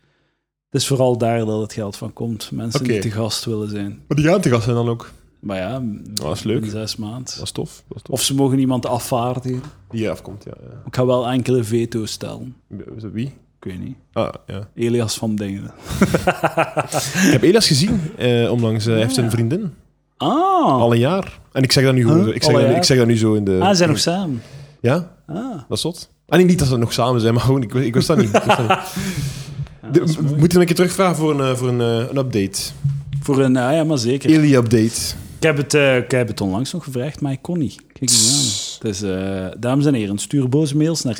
Het is vooral daar dat het geld van komt. Mensen die
Oké.
te gast willen zijn.
Maar die gaan te gast zijn dan ook.
Maar ja,
dat is leuk.
binnen zes maanden.
Dat is tof. Dat is tof.
Of ze mogen iemand afvaardigen.
die afkomt, ja. ja.
Ik ga wel enkele veto's stellen.
Wie?
Ik weet niet.
Ah, ja.
Elias van Dingen.
Ik heb Elias gezien eh, onlangs. eh, Hij heeft
Ja.
een vriendin.
Ah,
Al een jaar. En ik zeg dat nu gewoon
Huh?
zo. Ik
Al een
zeg, dat, nu-
jaar?
ik zeg dat nu zo in de...
ah ze zijn nog samen.
Ja?
Ah.
Dat is zot. Ah, nee, niet dat ze nog samen zijn, maar gewoon, ik, wist- ik wist dat niet. Ik wist dat niet. De-
dat is mooi.
moet je hem een keer terugvragen voor een, eh, voor een, eh, een update?
Voor een... Ah, ja, maar zeker.
Illy-update.
Ik heb, het, eh, ik heb het onlangs nog gevraagd, maar ik kon niet. Kijk eens aan. Dus, eh, dames en heren, stuur boze mails naar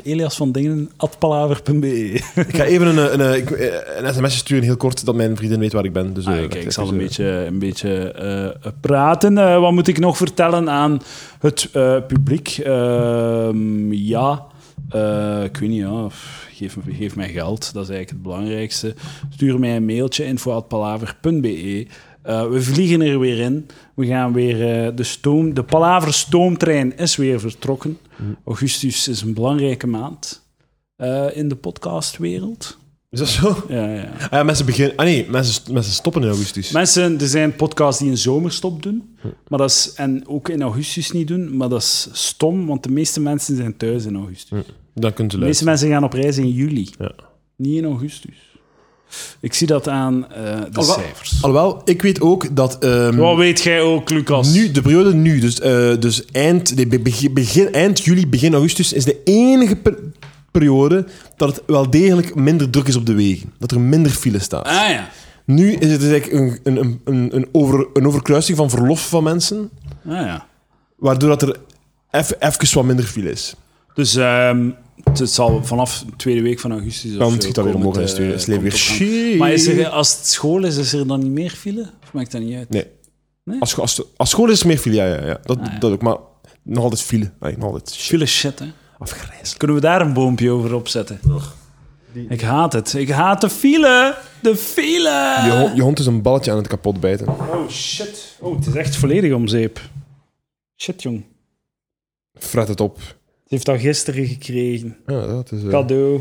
eliasvandingen.palaver.be.
Ik ga even een, eh, een, eh, ik- eh, een sms sturen, heel kort, dat mijn vriendin weet waar ik ben. Dus, eh,
Ah,
wacht
Kijk, ik zal
even.
een beetje, een beetje eh, praten. Eh, wat moet ik nog vertellen aan het eh, publiek? Ehm, ja, eh, ik weet niet, ja, pff, geef, me- geef mij geld. Dat is eigenlijk het belangrijkste. Stuur mij een mailtje, info.palaver.be. Eh, we vliegen er weer in. We gaan weer... eh, de, stoom, de Palaver stoomtrein is weer vertrokken. Augustus is een belangrijke maand eh, in de podcastwereld.
Is dat zo?
Ja, ja.
Ah, ja, mensen beginnen... Ah nee, mensen, st- mensen stoppen in augustus.
Mensen, er zijn podcasts die een zomerstop doen, maar dat is, en ook in augustus niet doen, maar dat is stom, want de meeste mensen zijn thuis in augustus.
Hm, Dan kunt u
De meeste
luisteren.
mensen gaan op reis in juli,
Ja.
niet in augustus. Ik zie dat aan eh, de
Oh, wa-
cijfers.
Alhoewel, ik weet ook dat... ehm,
Wat weet jij ook, Lucas?
nu, de periode nu, dus, eh, dus eind, nee, be- begin, begin- eind juli, begin augustus, is de enige per- periode dat het wel degelijk minder druk is op de wegen. Dat er minder file staat.
Ah ja.
Nu is het dus eigenlijk een, een, een, een, over, een overkruising van verlof van mensen,
Ah, ja.
waardoor dat er eff- even wat minder file is.
Dus ehm, het, het zal vanaf de tweede week van augustus... of
Dan
zo
moet je dat weer
komen
omhoog
het,
insturen.
eh,
Het is leven
komt
weer
op aan.
shit.
Maar is er, als het school is, is er dan niet meer file? Of maakt dat niet uit?
Nee.
Nee?
Als, scho- als, als school is het meer file, ja, ja, ja. Dat,
Ah, ja.
dat ook. Maar nog altijd file. Nee, nog altijd shit.
File is shit, hè?
Afgrijzelijk.
Kunnen we daar een boompje over opzetten? Ik haat het. Ik haat de file. De file.
Je, hond- je hond is een balletje aan het kapot bijten.
Oh, shit. Oh, het is echt volledig om zeep. Shit, jong.
Fret het op.
Ze heeft dat gisteren gekregen.
Ja, dat is... eh,
Cadeau.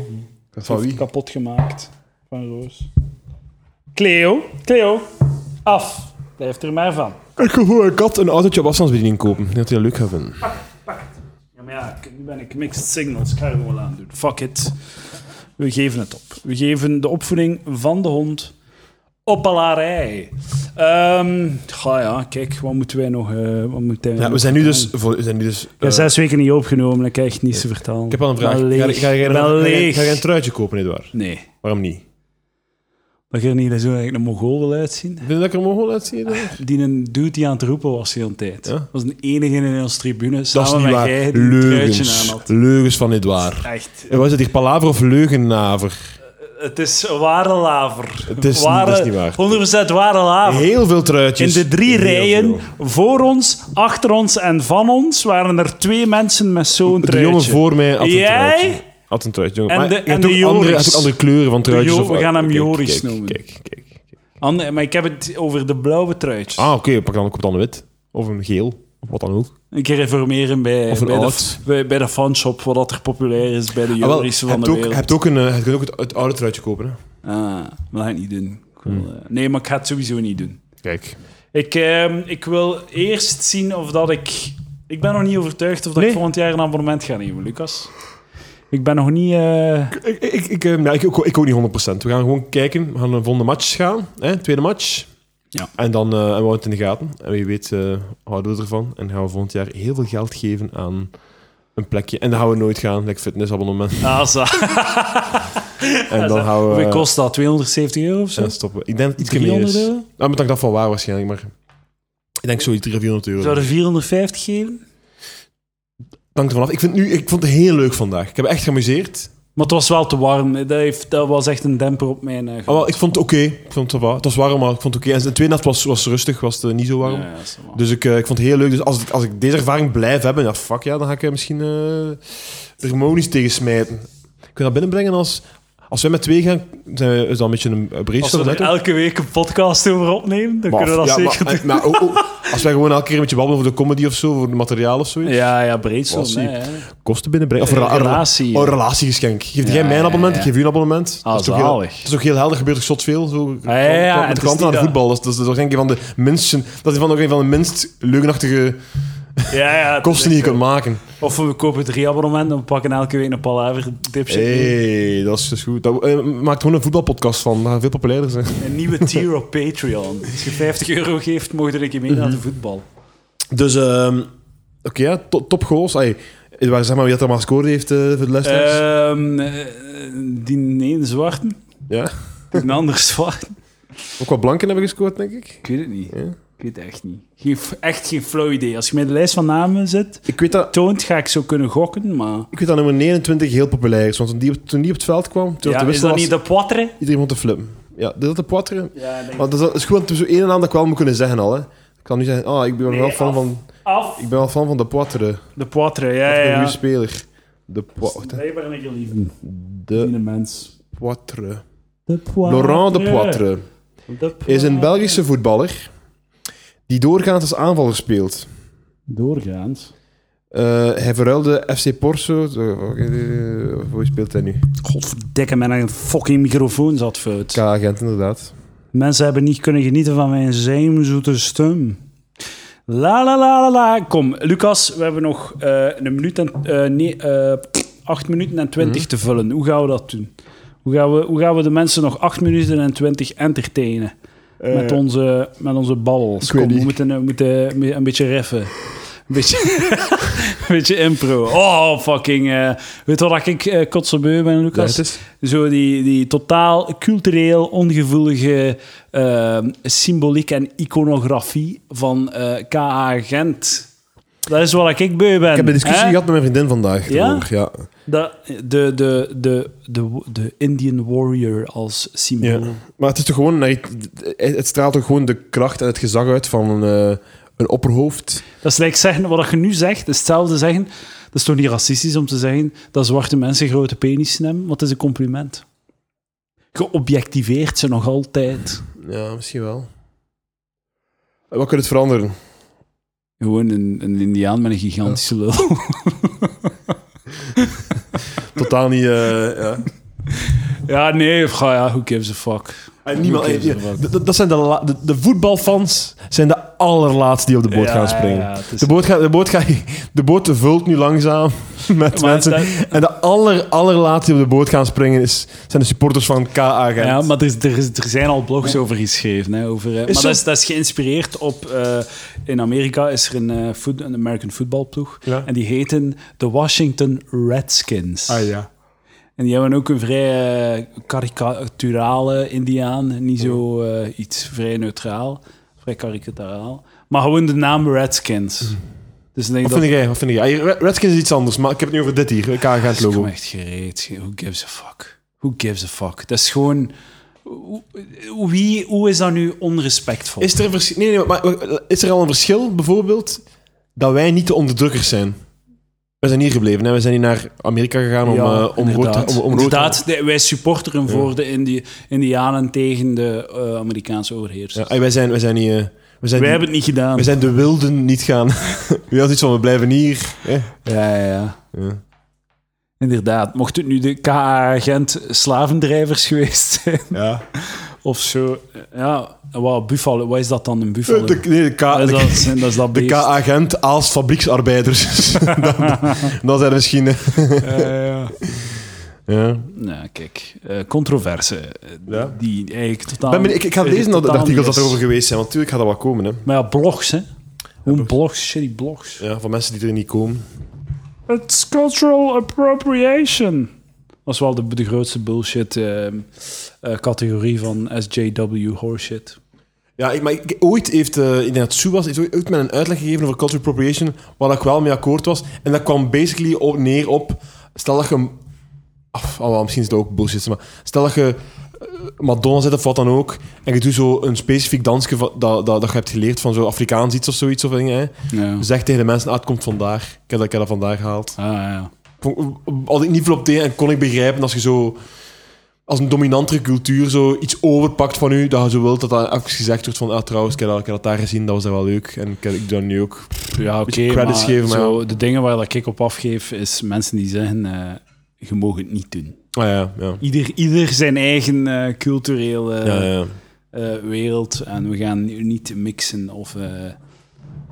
van
Heeft
wie?
Kapot gemaakt. Van Roos. Cleo. Cleo. Af. Blijf er maar van.
Ik ga voor een kat een autootje op afstandsbediening kopen. Dat hij dat leuk gaat vinden.
Ja, maar ja, ik- nu ben ik mixed signals. Ik ga er gewoon aan doen. Fuck it. We geven het op. We geven de opvoeding van de hond op alarij. Ehm ga ja, kijk, wat moeten wij nog... eh, wat moeten wij
Ja, we
nog
zijn nu
doen?
dus... Voor, we zijn nu dus
Ik ben
eh,
zes weken niet opgenomen, dan krijg ik niets te vertellen.
ik heb al een vraag.
Ben
Ga,
leeg.
ga, jij een-
Ben
ga, jij-
leeg.
ga jij een truitje kopen, Edouard?
Nee.
Waarom niet?
Dat je er niet zo eigenlijk een Mongool wil uitzien.
Vind je dat ik er mogel uitzie? Edouard?
Die een dude die aan het roepen was de hele tijd.
Ja?
Dat was de enige in onze tribune.
Dat
Samen
is niet
met
waar.
jij die een truitje aan
Leugens.
had.
Leugens van Edouard.
Echt.
En Was het hier palaver of leugenaver?
Het is ware laver.
Het is-
ware,
dat is niet waar.
100% ware laver.
Heel veel truitjes.
In de drie
Heel
rijen,
veel.
voor ons, achter ons en van ons, waren er twee mensen met zo'n
De
truitje.
jongen voor mij had een
Jij?
truitje. Had een truitje. jongen.
En
Maar
de-
je
en
hebt
de
ook andere, je
Joris.
hebt ook andere kleuren van truitjes.
Jo-
of- Oh,
we gaan hem
Kijk,
Joris
kijk,
noemen.
Kijk, kijk, Ah, kijk.
Ander- maar ik heb het over de blauwe truitjes.
Ah, oké. Pak dan ook op dan een wit. Of een geel. Of wat dan ook.
Een keer informeren bij,
Of een
bij, de,
oud.
bij, bij de fanshop, wat dat er populair is bij de
Ah, wel,
juristische van
hebt
de
ook,
wereld.
hebt ook een, eh, je kunt ook het, het oude truitje kopen. Hè?
Ah, dat ga ik niet doen. Ik
Hmm.
wil, eh, nee, maar ik ga het sowieso niet doen.
Kijk.
Ik, ehm, ik wil eerst zien of dat ik... Ik ben nog niet overtuigd of dat ik
Nee.
volgend jaar een abonnement ga nemen, Lucas. Ik ben nog niet... eh,
Ik, ik, ik, eh, ja, ik, ook- ik ook niet 100%. We gaan gewoon kijken. We gaan een volgende match gaan. Hè? Tweede match.
Ja.
En dan eh, en we houden het in de gaten. En wie weet eh, houden we ervan. En gaan we volgend jaar heel veel geld geven aan een plekje. En dan gaan we nooit gaan. Like fitnessabonnement.
Ah, zo.
En dan gaan we...
Hoeveel kost dat? 270 euro of zo?
en stoppen. Ik denk dat het
Iets
iets meer
300
is.
euro?
Nou, bedankt dat van waar waarschijnlijk. Maar ik denk zoiets 300 euro.
Zou er 450 geven?
Dank er vanaf. Ik, vind nu, ik vond het heel leuk vandaag. Ik heb me echt geamuseerd.
Maar het was wel te warm. Dat, heeft, dat was echt een demper op mijn... eh,
Ah, wel, ik vond het oké. Ik vond het, wel- het was warm, maar ik vond het oké. En de tweede nacht was, was rustig, was het eh, niet zo warm.
Ja, ja, dat is normaal.
Dus ik, eh, ik vond het heel leuk. Dus als, ik- als ik deze ervaring blijf hebben, ja, fuck ja, dan ga ik eh, misschien eh, er harmonisch tegen smijten. Kun je dat binnenbrengen als... Als wij met twee gaan, zijn we, is dat een beetje een eh,
Als
breedste.
we er
net ook.
elke week een podcast over opnemen, dan
Maar-
kunnen we dat
ja,
zeker
maar,
doen.
eh, maar ook- ook als wij gewoon elke keer een beetje babbelen over de comedy of zo, voor het materiaal of zoiets.
Ja, ja, Breedsel.
Was
nee,
die-
hè.
Kosten binnenbrengen. Of
Een
een ra-
relatie,
Oh, een
ja.
relatiegeschenk. Geef
Ja,
jij mijn
ja,
abonnement,
ja.
ik geef u een abonnement.
Ah,
is toch heel,
zalig.
dat is ook heel helder, gebeurt er zot veel. Zo,
ja, ja, het
met
is
de klanten aan
niet
de
dat-
voetbal. Dat is, dat is toch denk ik van de minsten, dat is van, ook een van de minst leugenachtige
Ja, ja, het
kosten
is
die je
echt
kunt maken.
zo. Of we kopen drie abonnementen en we pakken elke week een palaver dipshit. mee.
hey, dat is dus goed. Dat, eh, maak gewoon een voetbalpodcast van, dat gaat veel populairder zijn.
Een nieuwe tier op Patreon. Als je 50 euro geeft, mogen er een keer
Mhm.
mee naar de voetbal.
Dus, ehm, oké, ja, to- top goals. Ay, waar zeg maar wie dat er maar gescoord heeft eh, voor de luisteraars.
Ehm, eh, die ene zwarte,
ja,
die een ander zwart.
ook wat blanken hebben gescoord, denk ik.
Ik weet het niet.
Ja.
Ik weet het echt niet. Geen, echt geen flow idee. Als je mij de lijst van namen zet,
Ik weet dat...
toont, ga ik zo kunnen gokken, maar...
Ik weet dat nummer 29 heel populair is, want toen die op, toen die op het veld kwam, toen op
Ja,
de
is
wissel
dat niet
was,
de poitre?
Iedereen moet te flippen. Ja, is dat de poitre?
Ja, denk
Want dat is- dat is gewoon dat we zo een en ander dat ik wel moet kunnen zeggen al. Hè. Ik kan nu zeggen, ah, ik ben
Nee,
wel fan
af.
van,
Af.
ik ben wel fan van de poitre.
De poitre, ja,
Ja,
ja.
Een
ja.
goede speler. De poitre.
Blijkbaar een geliefde.
De
mens.
poitre.
De poitre.
Laurent de Poitre is een Belgische voetballer die doorgaans als aanvaller speelt.
Doorgaans.
Eh, hij verruilde FC Porto. zo, eh, Hoe speelt hij nu?
Godverdikke, mijn fucking microfoon zat fout.
K-agent, inderdaad.
Mensen hebben niet kunnen genieten van mijn zeemzoete stem. La la la la la. Kom, Lucas, we hebben nog eh, een minuut en... eh, nee, eh, acht minuten en twintig
Mhm.
te vullen. Hoe gaan we dat doen? Hoe gaan we, hoe gaan we de mensen nog acht minuten en twintig entertainen? met,
Eh,
onze, met onze babbels.
ik weet
Kom, we
niet.
moeten, we moeten een beetje reffen. Een beetje, een beetje impro. Oh, fucking... eh, weet je wat ik eh kotsebeu ben,
ja,
Lucas?
het is-
Zo die, die totaal cultureel ongevoelige ehm, symboliek en iconografie van eh K.A. Gent. Dat is wat ik beu ben.
Ik heb een discussie
hè?
gehad met mijn vriendin vandaag.
Ja?
daarover, ja.
Dat- de, de, de, de, de Indian warrior als
Ja.
symbool.
Maar het is toch gewoon, het het straalt toch gewoon de kracht en het gezag uit van eh, een opperhoofd.
Dat is like zeggen, wat je nu zegt, is hetzelfde zeggen. Dat is toch niet racistisch om te zeggen dat zwarte mensen grote penissen hebben? Want het is een compliment. Geobjectiveerd ze nog altijd.
Ja, misschien wel. En Wat kan het veranderen?
Gewoon een, een indiaan met een gigantische lul.
Totaal niet. eh, ja.
Ja, nee, of ga- ja, who gives a fuck.
En niemand,
Who gives a
eh,
fuck?
d- d- dat zijn de, la- de, de voetbalfans zijn de allerlaatste die op de boot
Ja,
gaan springen.
ja, het is-
de, boot gaat, de, boot gaat, de boot vult nu langzaam met
Maar
mensen.
dat-
En de aller, allerlaatste die op de boot gaan springen is, zijn de supporters van KA Gent.
ja, maar er, is- er, is- er zijn al blogs over geschreven. Hè, over, eh, maar
zo.
dat is, dat is geïnspireerd op... eh, in Amerika is er een, eh, voet- een American voetbalploeg.
Ja.
En die heten de Washington Redskins.
Ah, ja.
En die hebben ook een vrij eh, karikaturale indiaan. Niet zo eh, iets vrij neutraal. Vrij karikaturaal. Maar gewoon de naam Redskins. Dus dan denk ik
Mm. Wat
dat...
vind jij? Wat vind jij? Ja, Red- Redskins is iets anders, maar ik heb het nu over dit hier, KA Gent
Dat is
logo.
gewoon echt gereed. Who gives a fuck? Who gives a fuck? Dat is gewoon... hoe- Wie, hoe is dat nu onrespectvol?
Is er, een verschil, nee, nee, maar is er al een verschil, bijvoorbeeld, dat wij niet de onderdrukkers zijn? We zijn hier gebleven, hè? we zijn niet naar Amerika gegaan om,
Ja,
eh, om rood
inderdaad.
om, om rood-
Inderdaad, de- wij supporteren voor de Indi- Indianen tegen de eh, Amerikaanse overheersers.
Ja, wij, zijn, wij, zijn niet, eh, wij We zijn,
Wij
die-
hebben het niet gedaan.
we zijn de wilden niet gaan. Wie had iets van, we blijven hier. Eh,
Ja, ja, ja.
ja.
Inderdaad. Mocht het nu de KA-agent slavendrijvers geweest zijn
ja.
of zo. Ja, wat, buffalo. Wat is dat dan, een buffalo?
Eh, De, nee, de, K,
dat, is
de,
dat, dat is dat
de
beest.
K-agent als fabrieksarbeiders. dat, dat zijn misschien... eh,
Ja, ja.
ja.
Nou, kijk. eh controverse. eh,
Ja.
Die eigenlijk totaal...
Ben benieuwd- ik, ik ga lezen dat de
totaal
artikels dat
niet is.
erover geweest zijn, want natuurlijk gaat dat wel komen. Hè.
Maar ja, blogs, hè. Hoe blogs, shitty blogs.
Ja, van mensen die er niet komen.
It's cultural appropriation. Dat is wel de, de grootste bullshit-categorie van SJW horseshit.
Ja, ik, maar ik- ooit heeft, eh ik denk dat het Sue was, heeft ooit ooit met een uitleg gegeven over cultural appropriation, waar ik wel mee akkoord was. En dat kwam basically op, neer op, stel dat je... Af, ah, wel, misschien is dat ook bullshit, maar stel dat je eh, Madonna zet of wat dan ook, en je doet zo een specifiek dansje van- dat, dat, dat je hebt geleerd van zo Afrikaans iets of zoiets, of dingen, hè.
Ja.
zeg tegen de mensen, ah, het komt vandaar. Ik heb dat, ik heb dat vandaar gehaald.
Ah, ja.
Vond- had ik niet veel op tegen en kon ik begrijpen als je zo als een dominantere cultuur zo iets overpakt van u, dat je zo wilt dat dat even gezegd wordt van ah trouwens, ik heb, dat, ik heb dat daar gezien, dat was daar wel leuk en ik, heb- ik doe dat nu ook.
Ja, oké,
Beetje credits
maar
geven, maar
zo, de dingen waar dat ik op afgeef, is mensen die zeggen, eh, je mag het niet doen.
Ah ja, ja.
Ieder, ieder zijn eigen eh, culturele
Ja, ja.
eh, wereld en we gaan nu niet mixen of, eh,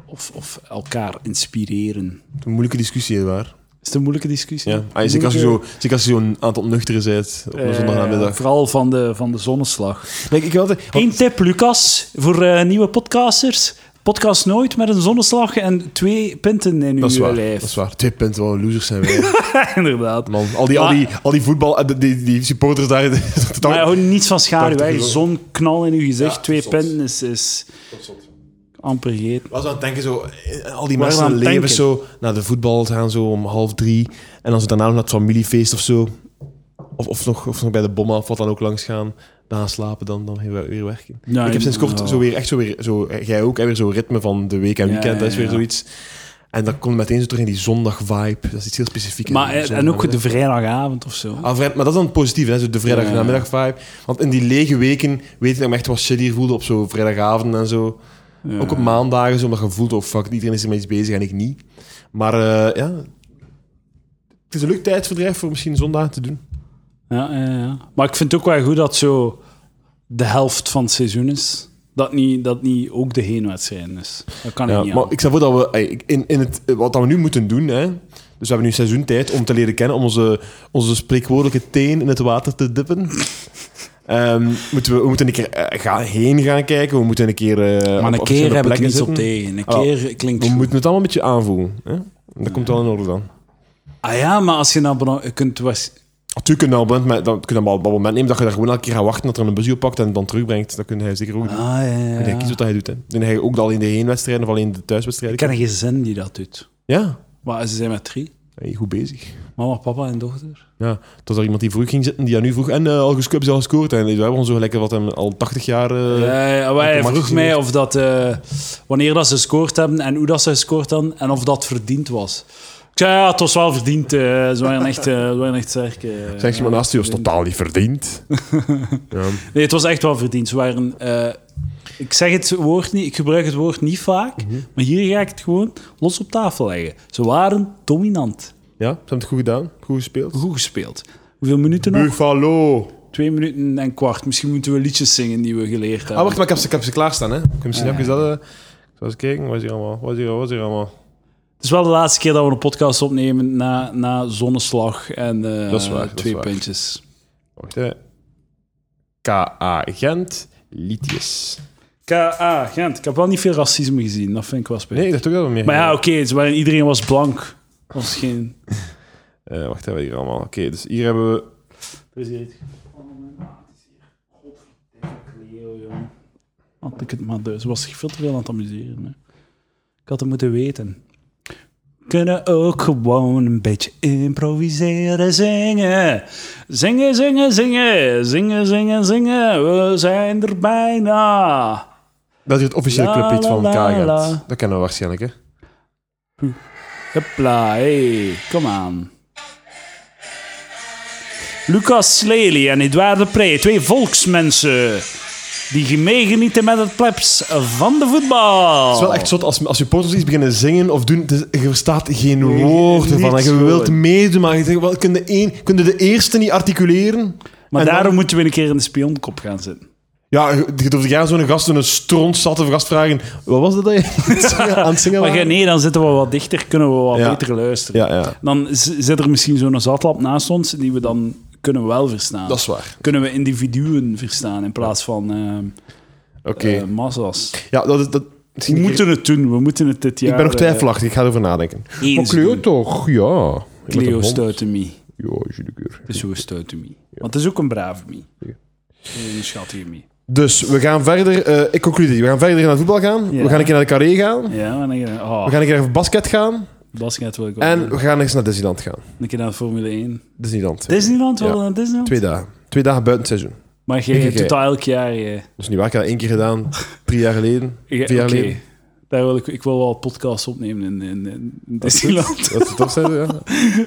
of, of elkaar inspireren.
Een moeilijke discussie, waar.
Is het een moeilijke discussie?
Ja. Ah, zeker, als je zo, zeker als je zo'n aantal nuchteren bent op een
Eh,
zondagmiddag.
vooral van de, van de zonneslag.
Nee, ik, ik, altijd,
Eén tip, Lucas, voor eh, nieuwe podcasters. Podcast nooit met een zonneslag en twee punten in
dat is
uw
waar,
lijf.
dat is waar. Twee punten, wel losers zijn wij.
Inderdaad.
Man, al die, al die, al die voetbal, eh, die, die, die supporters daar.
maar hou niets van schaduw.
Tachtig
hè.
euro.
Zo'n knal in uw gezicht,
Ja,
twee
tot slot.
punten is, is amper gegeten.
was aan het denken, zo, eh, al die
Waar
mensen
we aan
leven
denken?
zo naar de voetbal te gaan, zo om half drie. En dan zo daarna nog naar het familiefeest of zo. Of, of, nog, of nog bij de bomma of wat dan ook langs gaan. Daarna slapen, dan, dan weer, weer werken.
Ja,
ik heb sinds kort
ja.
zo weer echt zo weer, zo, eh, jij ook, hè, weer zo'n ritme van de week en
Ja,
weekend. dat is
ja,
weer
ja.
zoiets. En dat komt meteen zo terug in die zondag-vibe. Dat is iets heel specifiek.
Maar, eh, en ook de vrijdagavond of zo.
Ah, vrij- maar dat is dan het positieve, hè? Zo de vrijdagmiddag vibe. Want in die lege weken weet ik dat ik me echt wat shit hier voelde op zo'n vrijdagavond en zo. Ook op maandagen, zo, omdat je voelt, oh fuck, iedereen is er met iets bezig en ik niet. Maar eh, ja, het is een leuk tijdsverdrijf voor misschien zondag te doen.
Ja, ja, ja. Maar ik vind het ook wel goed dat zo de helft van het seizoen is. Dat niet, dat niet ook de heenwedstrijden is. Dat kan ik
Ja,
niet
maar
aan.
ik stel voor dat we ey, in, in het, eh, wat dat we nu moeten doen, hè, dus we hebben nu seizoen tijd om te leren kennen, om onze, onze spreekwoordelijke teen in het water te dippen. Ehm, moeten we, we moeten een keer eh, gaan, heen gaan kijken, we moeten een keer... eh, op
Maar een
verschillende
keer heb ik
plekken
niets op
zitten.
tegen. Een
Ah,
keer klinkt
We
goed.
moeten het allemaal een beetje aanvoelen. Hè? Dat komt wel in orde dan.
Ah ja, maar als je nou... bena- Je kunt was-
Natuurlijk kun je wel op het moment- dan kun je wel op het moment nemen dat je daar gewoon elke keer gaat wachten dat er een busje oppakt en dan terugbrengt. Dat kun hij zeker ook doen.
Ah ja, ja,
Ik denk,
ja.
kies wat hij doet. Hè. Ik denk dat hij ook al in de heenwedstrijden of alleen de
Ik
thuiswedstrijden
ken geen zin die dat doet.
Ja,
Maar ze zijn met drie.
hey, goed bezig.
Mama, papa en dochter.
Ja, het was er iemand die vroeg ging zitten, die aan nu vroeg en eh, al gescoord, al gescoord. En we hebben ons zo lekker wat hem al 80 jaar... eh,
Eh, ja, maar
heb
hij
de match
vroeg
gezien
mij
heeft.
of dat, eh, wanneer dat ze gescoord hebben en hoe dat ze gescoord hebben en of dat verdiend was. Ik zei, ja, het was wel verdiend. eh, ze waren echt, eh, ze waren echt sterk. eh.
Zeg je maar naast je, was totaal niet verdiend. ja.
Nee, het was echt wel verdiend. Ze waren, eh, ik zeg het woord niet, ik gebruik het woord niet vaak,
Mhm.
maar hier ga ik het gewoon los op tafel leggen. Ze waren dominant.
ja, ze hebben het goed gedaan. Goed gespeeld.
Goed gespeeld. Hoeveel minuten nog?
Buffalo!
Twee minuten en kwart. Misschien moeten we liedjes zingen die we geleerd hebben.
Ah, wacht, maar ik heb ze, ik heb ze klaarstaan, hè. Ik heb
Ah,
misschien even dat... eh, ik zal eens kijken, wat is hier allemaal? Wat is hier, wat is hier allemaal?
Het is wel de laatste keer dat we een podcast opnemen na, na zonneslag en eh,
Dat is waar, dat
twee
is waar.
puntjes.
Wacht, hè. K.A. Gent, Litjes.
K.A. Gent. Ik heb wel niet veel racisme gezien. Dat vind ik wel spijtig.
Nee, ik dacht ook dat we meer...
Maar ja, oké. ze waren- iedereen was blank. Er Was geen...
Eh, wacht, hè, wat hier allemaal? Oké, dus hier hebben we...
Had ik het maar dus. was zich veel te veel aan het amuseren. Hè. Ik had het moeten weten. Kunnen ook gewoon een beetje improviseren, zingen. Zingen, zingen, zingen. Zingen, zingen, zingen. We zijn er bijna.
Dat is het officiële
La,
clublied
la,
van
la,
K.A. Gent.
la.
Dat kennen we waarschijnlijk, hè.
Hopla, hey, kom aan. Lucas Lely en Edouard de Pre, twee volksmensen. die meegenieten met het plebs van de voetbal.
Het is wel echt zot als, als supporters iets beginnen zingen of doen. het is- je verstaat geen woord
niets
ervan. En je
gewoon.
wilt meedoen, maar je denkt, wel, kun, je één, kun je de eerste niet articuleren?
Maar
En dan-
daarom moeten we een keer in de spionkop gaan zitten.
Ja, je je durft jij zo'n gast een stront zatte gast vragen. Wat was dat dat je aan het zingen- aan het zingen
Maar ja,
was?
nee, dan zitten we wat dichter, kunnen we wat
Ja.
beter luisteren.
Ja, ja.
Dan z- zit er misschien zo'n zatlap naast ons die we dan kunnen wel verstaan.
Dat is waar.
Kunnen we individuen verstaan in plaats van eh,
Oké.
eh, massa's.
ja, dat, is- dat,
We moeten het doen, we moeten het dit
Ik
jaar...
ben nog
eh,
twijfelachtig, ik ga erover nadenken.
eens
Maar Cleo
doen.
toch? Ja. Je bent een
Cleo
hond.
stout to me.
Ja, als je de keur.
Het is zo stout to me. Want het is ook een brave me. Een schattige me.
Dus we gaan verder. eh, ik concludeer. We gaan verder naar het voetbal gaan.
Ja.
We gaan een keer naar de carré gaan.
Ja, maar dan denk je, oh,
We gaan een keer naar basket gaan.
basket wil ik ook.
En
doen.
we gaan eens naar Disneyland gaan.
Een keer naar Formule 1.
Disneyland.
Disneyland, wel
Ja.
naar Disneyland?
Twee dagen. Twee dagen buiten het seizoen.
Maar
Ik-
je
ik-
doet dat elk jaar. Je.
Dat is niet waar. Ik heb dat één keer gedaan. Drie jaar geleden.
Ja,
Vier jaar
oké.
geleden.
Daar wil ik, ik wil wel podcasts opnemen in, in, in Disneyland.
Dat ze toch zijn, ja.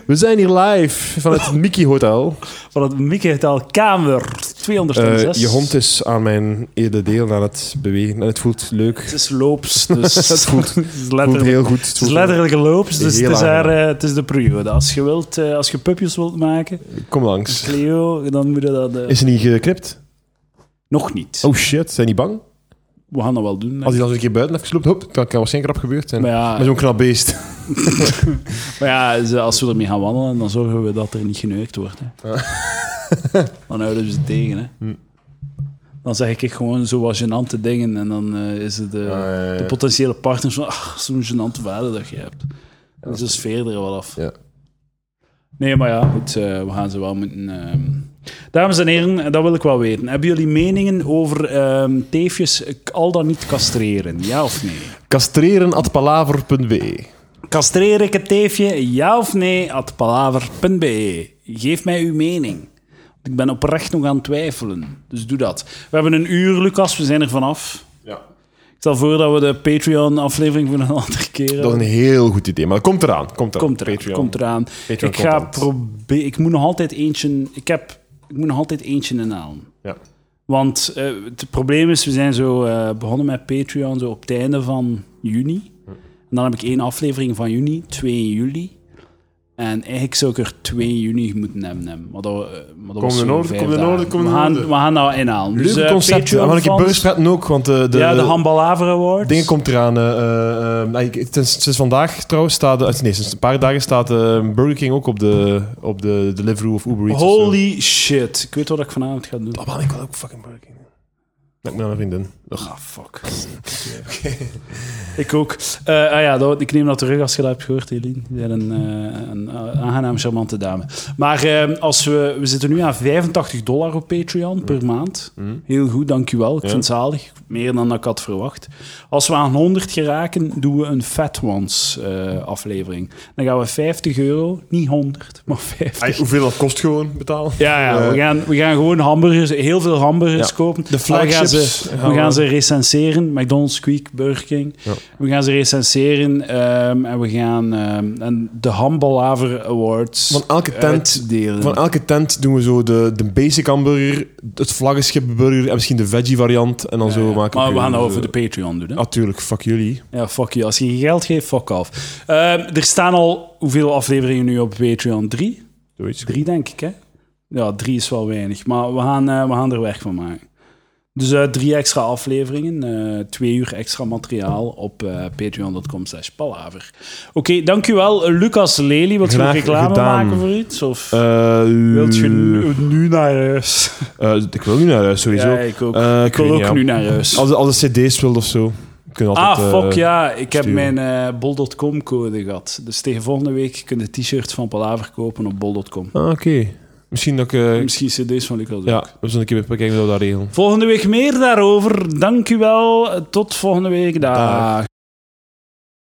We zijn hier live vanuit het Mickey Hotel.
Van het Mickey Hotel Kamer
Eh,
206.
je hond is aan mijn eerder deel aan het bewegen. En het voelt leuk.
Het is loops, dus...
Het voelt-
het is
Het voelt
letterlijk,
heel goed.
het is letterlijk loops, dus
Heel
het is, haar,
aangenaam.
eh, het is de periode. Als je, wilt, eh, als je pupjes wilt maken,
Kom langs.
Cleo, dan moet je dat... eh,
Is hij niet geknipt?
Nog niet.
Oh shit, zijn die bang?
We gaan dat wel doen.
Als hij dan zo'n keer buiten heeft gesloopt, hop, dan kan waarschijnlijk rap gebeurd zijn.
Maar ja,
Met zo'n knap beest.
maar ja, ze- als we ermee gaan wandelen, dan zorgen we dat er niet geneukt wordt. Hè. Dan houden we ze tegen. Hè.
Hm.
Dan zeg ik gewoon zo wat gênante dingen en dan eh, is het...
Ah,
eh, de potentiële partners van, ach, zo'n gênante vader dat je hebt. Dus de sfeer er wel af.
Ja.
Nee, maar ja, goed, eh, we gaan ze wel moeten... ehm. Dames en heren, dat wil ik wel weten. Hebben jullie meningen over ehm, teefjes eh, al dan niet castreren? Ja of nee?
Castreren at palaver.be.
Castreer ik het teefje, ja of nee? At palaver.be. Geef mij uw mening. Want ik ben oprecht nog aan het twijfelen. Dus doe dat. We hebben een uur, Lucas. We zijn er vanaf.
Ja.
Ik stel voor dat we de Patreon-aflevering voor een andere keer... eh,
Dat is een heel goed idee, maar dat komt eraan. Komt eraan.
Komt eraan.
Patreon.
Komt eraan.
Patreon
ik ga
content.
proberen. Ik moet nog altijd eentje. Ik heb. Ik moet nog altijd eentje inhalen.
Ja.
Want eh, het probleem is, we zijn zo eh, begonnen met Patreon zo op het einde van juni. En dan heb ik één aflevering van juni, 2 juli. En eigenlijk zou ik er 2 juni moeten hebben. hebben. Maar dat, eh, maar dat was
in
zo
orde,
vijf
kom in
dagen.
orde, kom in
we gaan,
orde.
We gaan dat inhalen. Dus,
Leuk
eh,
concept.
Patreon
En wat ik in
fans-
Burgstraat ook, want eh, de, de,
Ja, de Hambalaver Awards.
dingen komt eraan. eh, eh, eh, nou, ik- sinds, sinds vandaag trouwens staat... eh, Nee, sinds een paar dagen staat eh, Burger King ook op de, op de Deliveroo of Uber Eats. of zo.
Holy shit. Ik weet wat ik vanavond ga doen.
Oh man, ik wil ook fucking Burger King. Nee, ik moet naar mijn vriendin. Ugh.
Ah, fuck. Ik ook. Eh, ah ja, dat, ik neem dat terug als je dat hebt gehoord, Eline. Je bent een, eh, een eh, aangenaam charmante dame. Maar eh, als we, we zitten nu aan 85 dollar op Patreon per maand. Heel goed, dankjewel. Ik vind het zalig. Meer dan dat ik had verwacht. Als we aan 100 geraken, doen we een Fat Ones eh, aflevering. Dan gaan we 50 euro, niet 100, maar 50.
Ay, hoeveel dat kost gewoon betalen?
Ja, ja
Eh,
we, gaan, we gaan gewoon hamburgers, heel veel hamburgers
Ja.
kopen.
De
Maar we gaan
flagships
ze,
gaan
we gaan
we-
ze recenseren. McDonald's, Quick, Burger King.
Ja.
We gaan ze recenseren ehm, en we gaan ehm, en de Hambalaver Awards
Van elke tent,
uitdelen.
van elke tent doen we zo de, de basic hamburger, het vlaggenschipburger en misschien de veggie variant. En dan zo
Ja,
maken Ah.
maar we
keuze.
gaan dat over de Patreon doen. Hè?
Natuurlijk, fuck jullie.
Ja, fuck je. Als je geen geld geeft, fuck af. er staan al hoeveel afleveringen nu op Patreon? Drie?
Zoiets.
Drie, denk ik, hè? Ja, drie is wel weinig. Maar we gaan, eh, we gaan er werk van maken. Dus eh, drie extra afleveringen, eh, twee uur extra materiaal op eh, patreon.com slash palaver. Oké, dankjewel. Lucas Lely, wat we
Graag
reclame
gedaan.
maken voor iets? Of
Eh,
wilt je nu, eh, nu naar huis?
eh, ik wil nu naar huis, sowieso.
Ja, ik ook.
Eh,
ik wil
weet
ook
niet,
nu
ja.
naar huis.
Als, als de cd's wilt of zo. Kunnen
Ah,
altijd, eh,
fuck ja. Ik heb
sturen.
mijn eh, bol.com code gehad. Dus tegen volgende week kun je t-shirt van Palaver kopen op bol.com.
ah, oké. Misschien dat ik... eh,
Misschien cd's van Lucas ook.
ja, we zullen een keer bekijken hoe we dat regelen.
Volgende week meer daarover. Dank u wel. Tot volgende week. Dag.
Dag.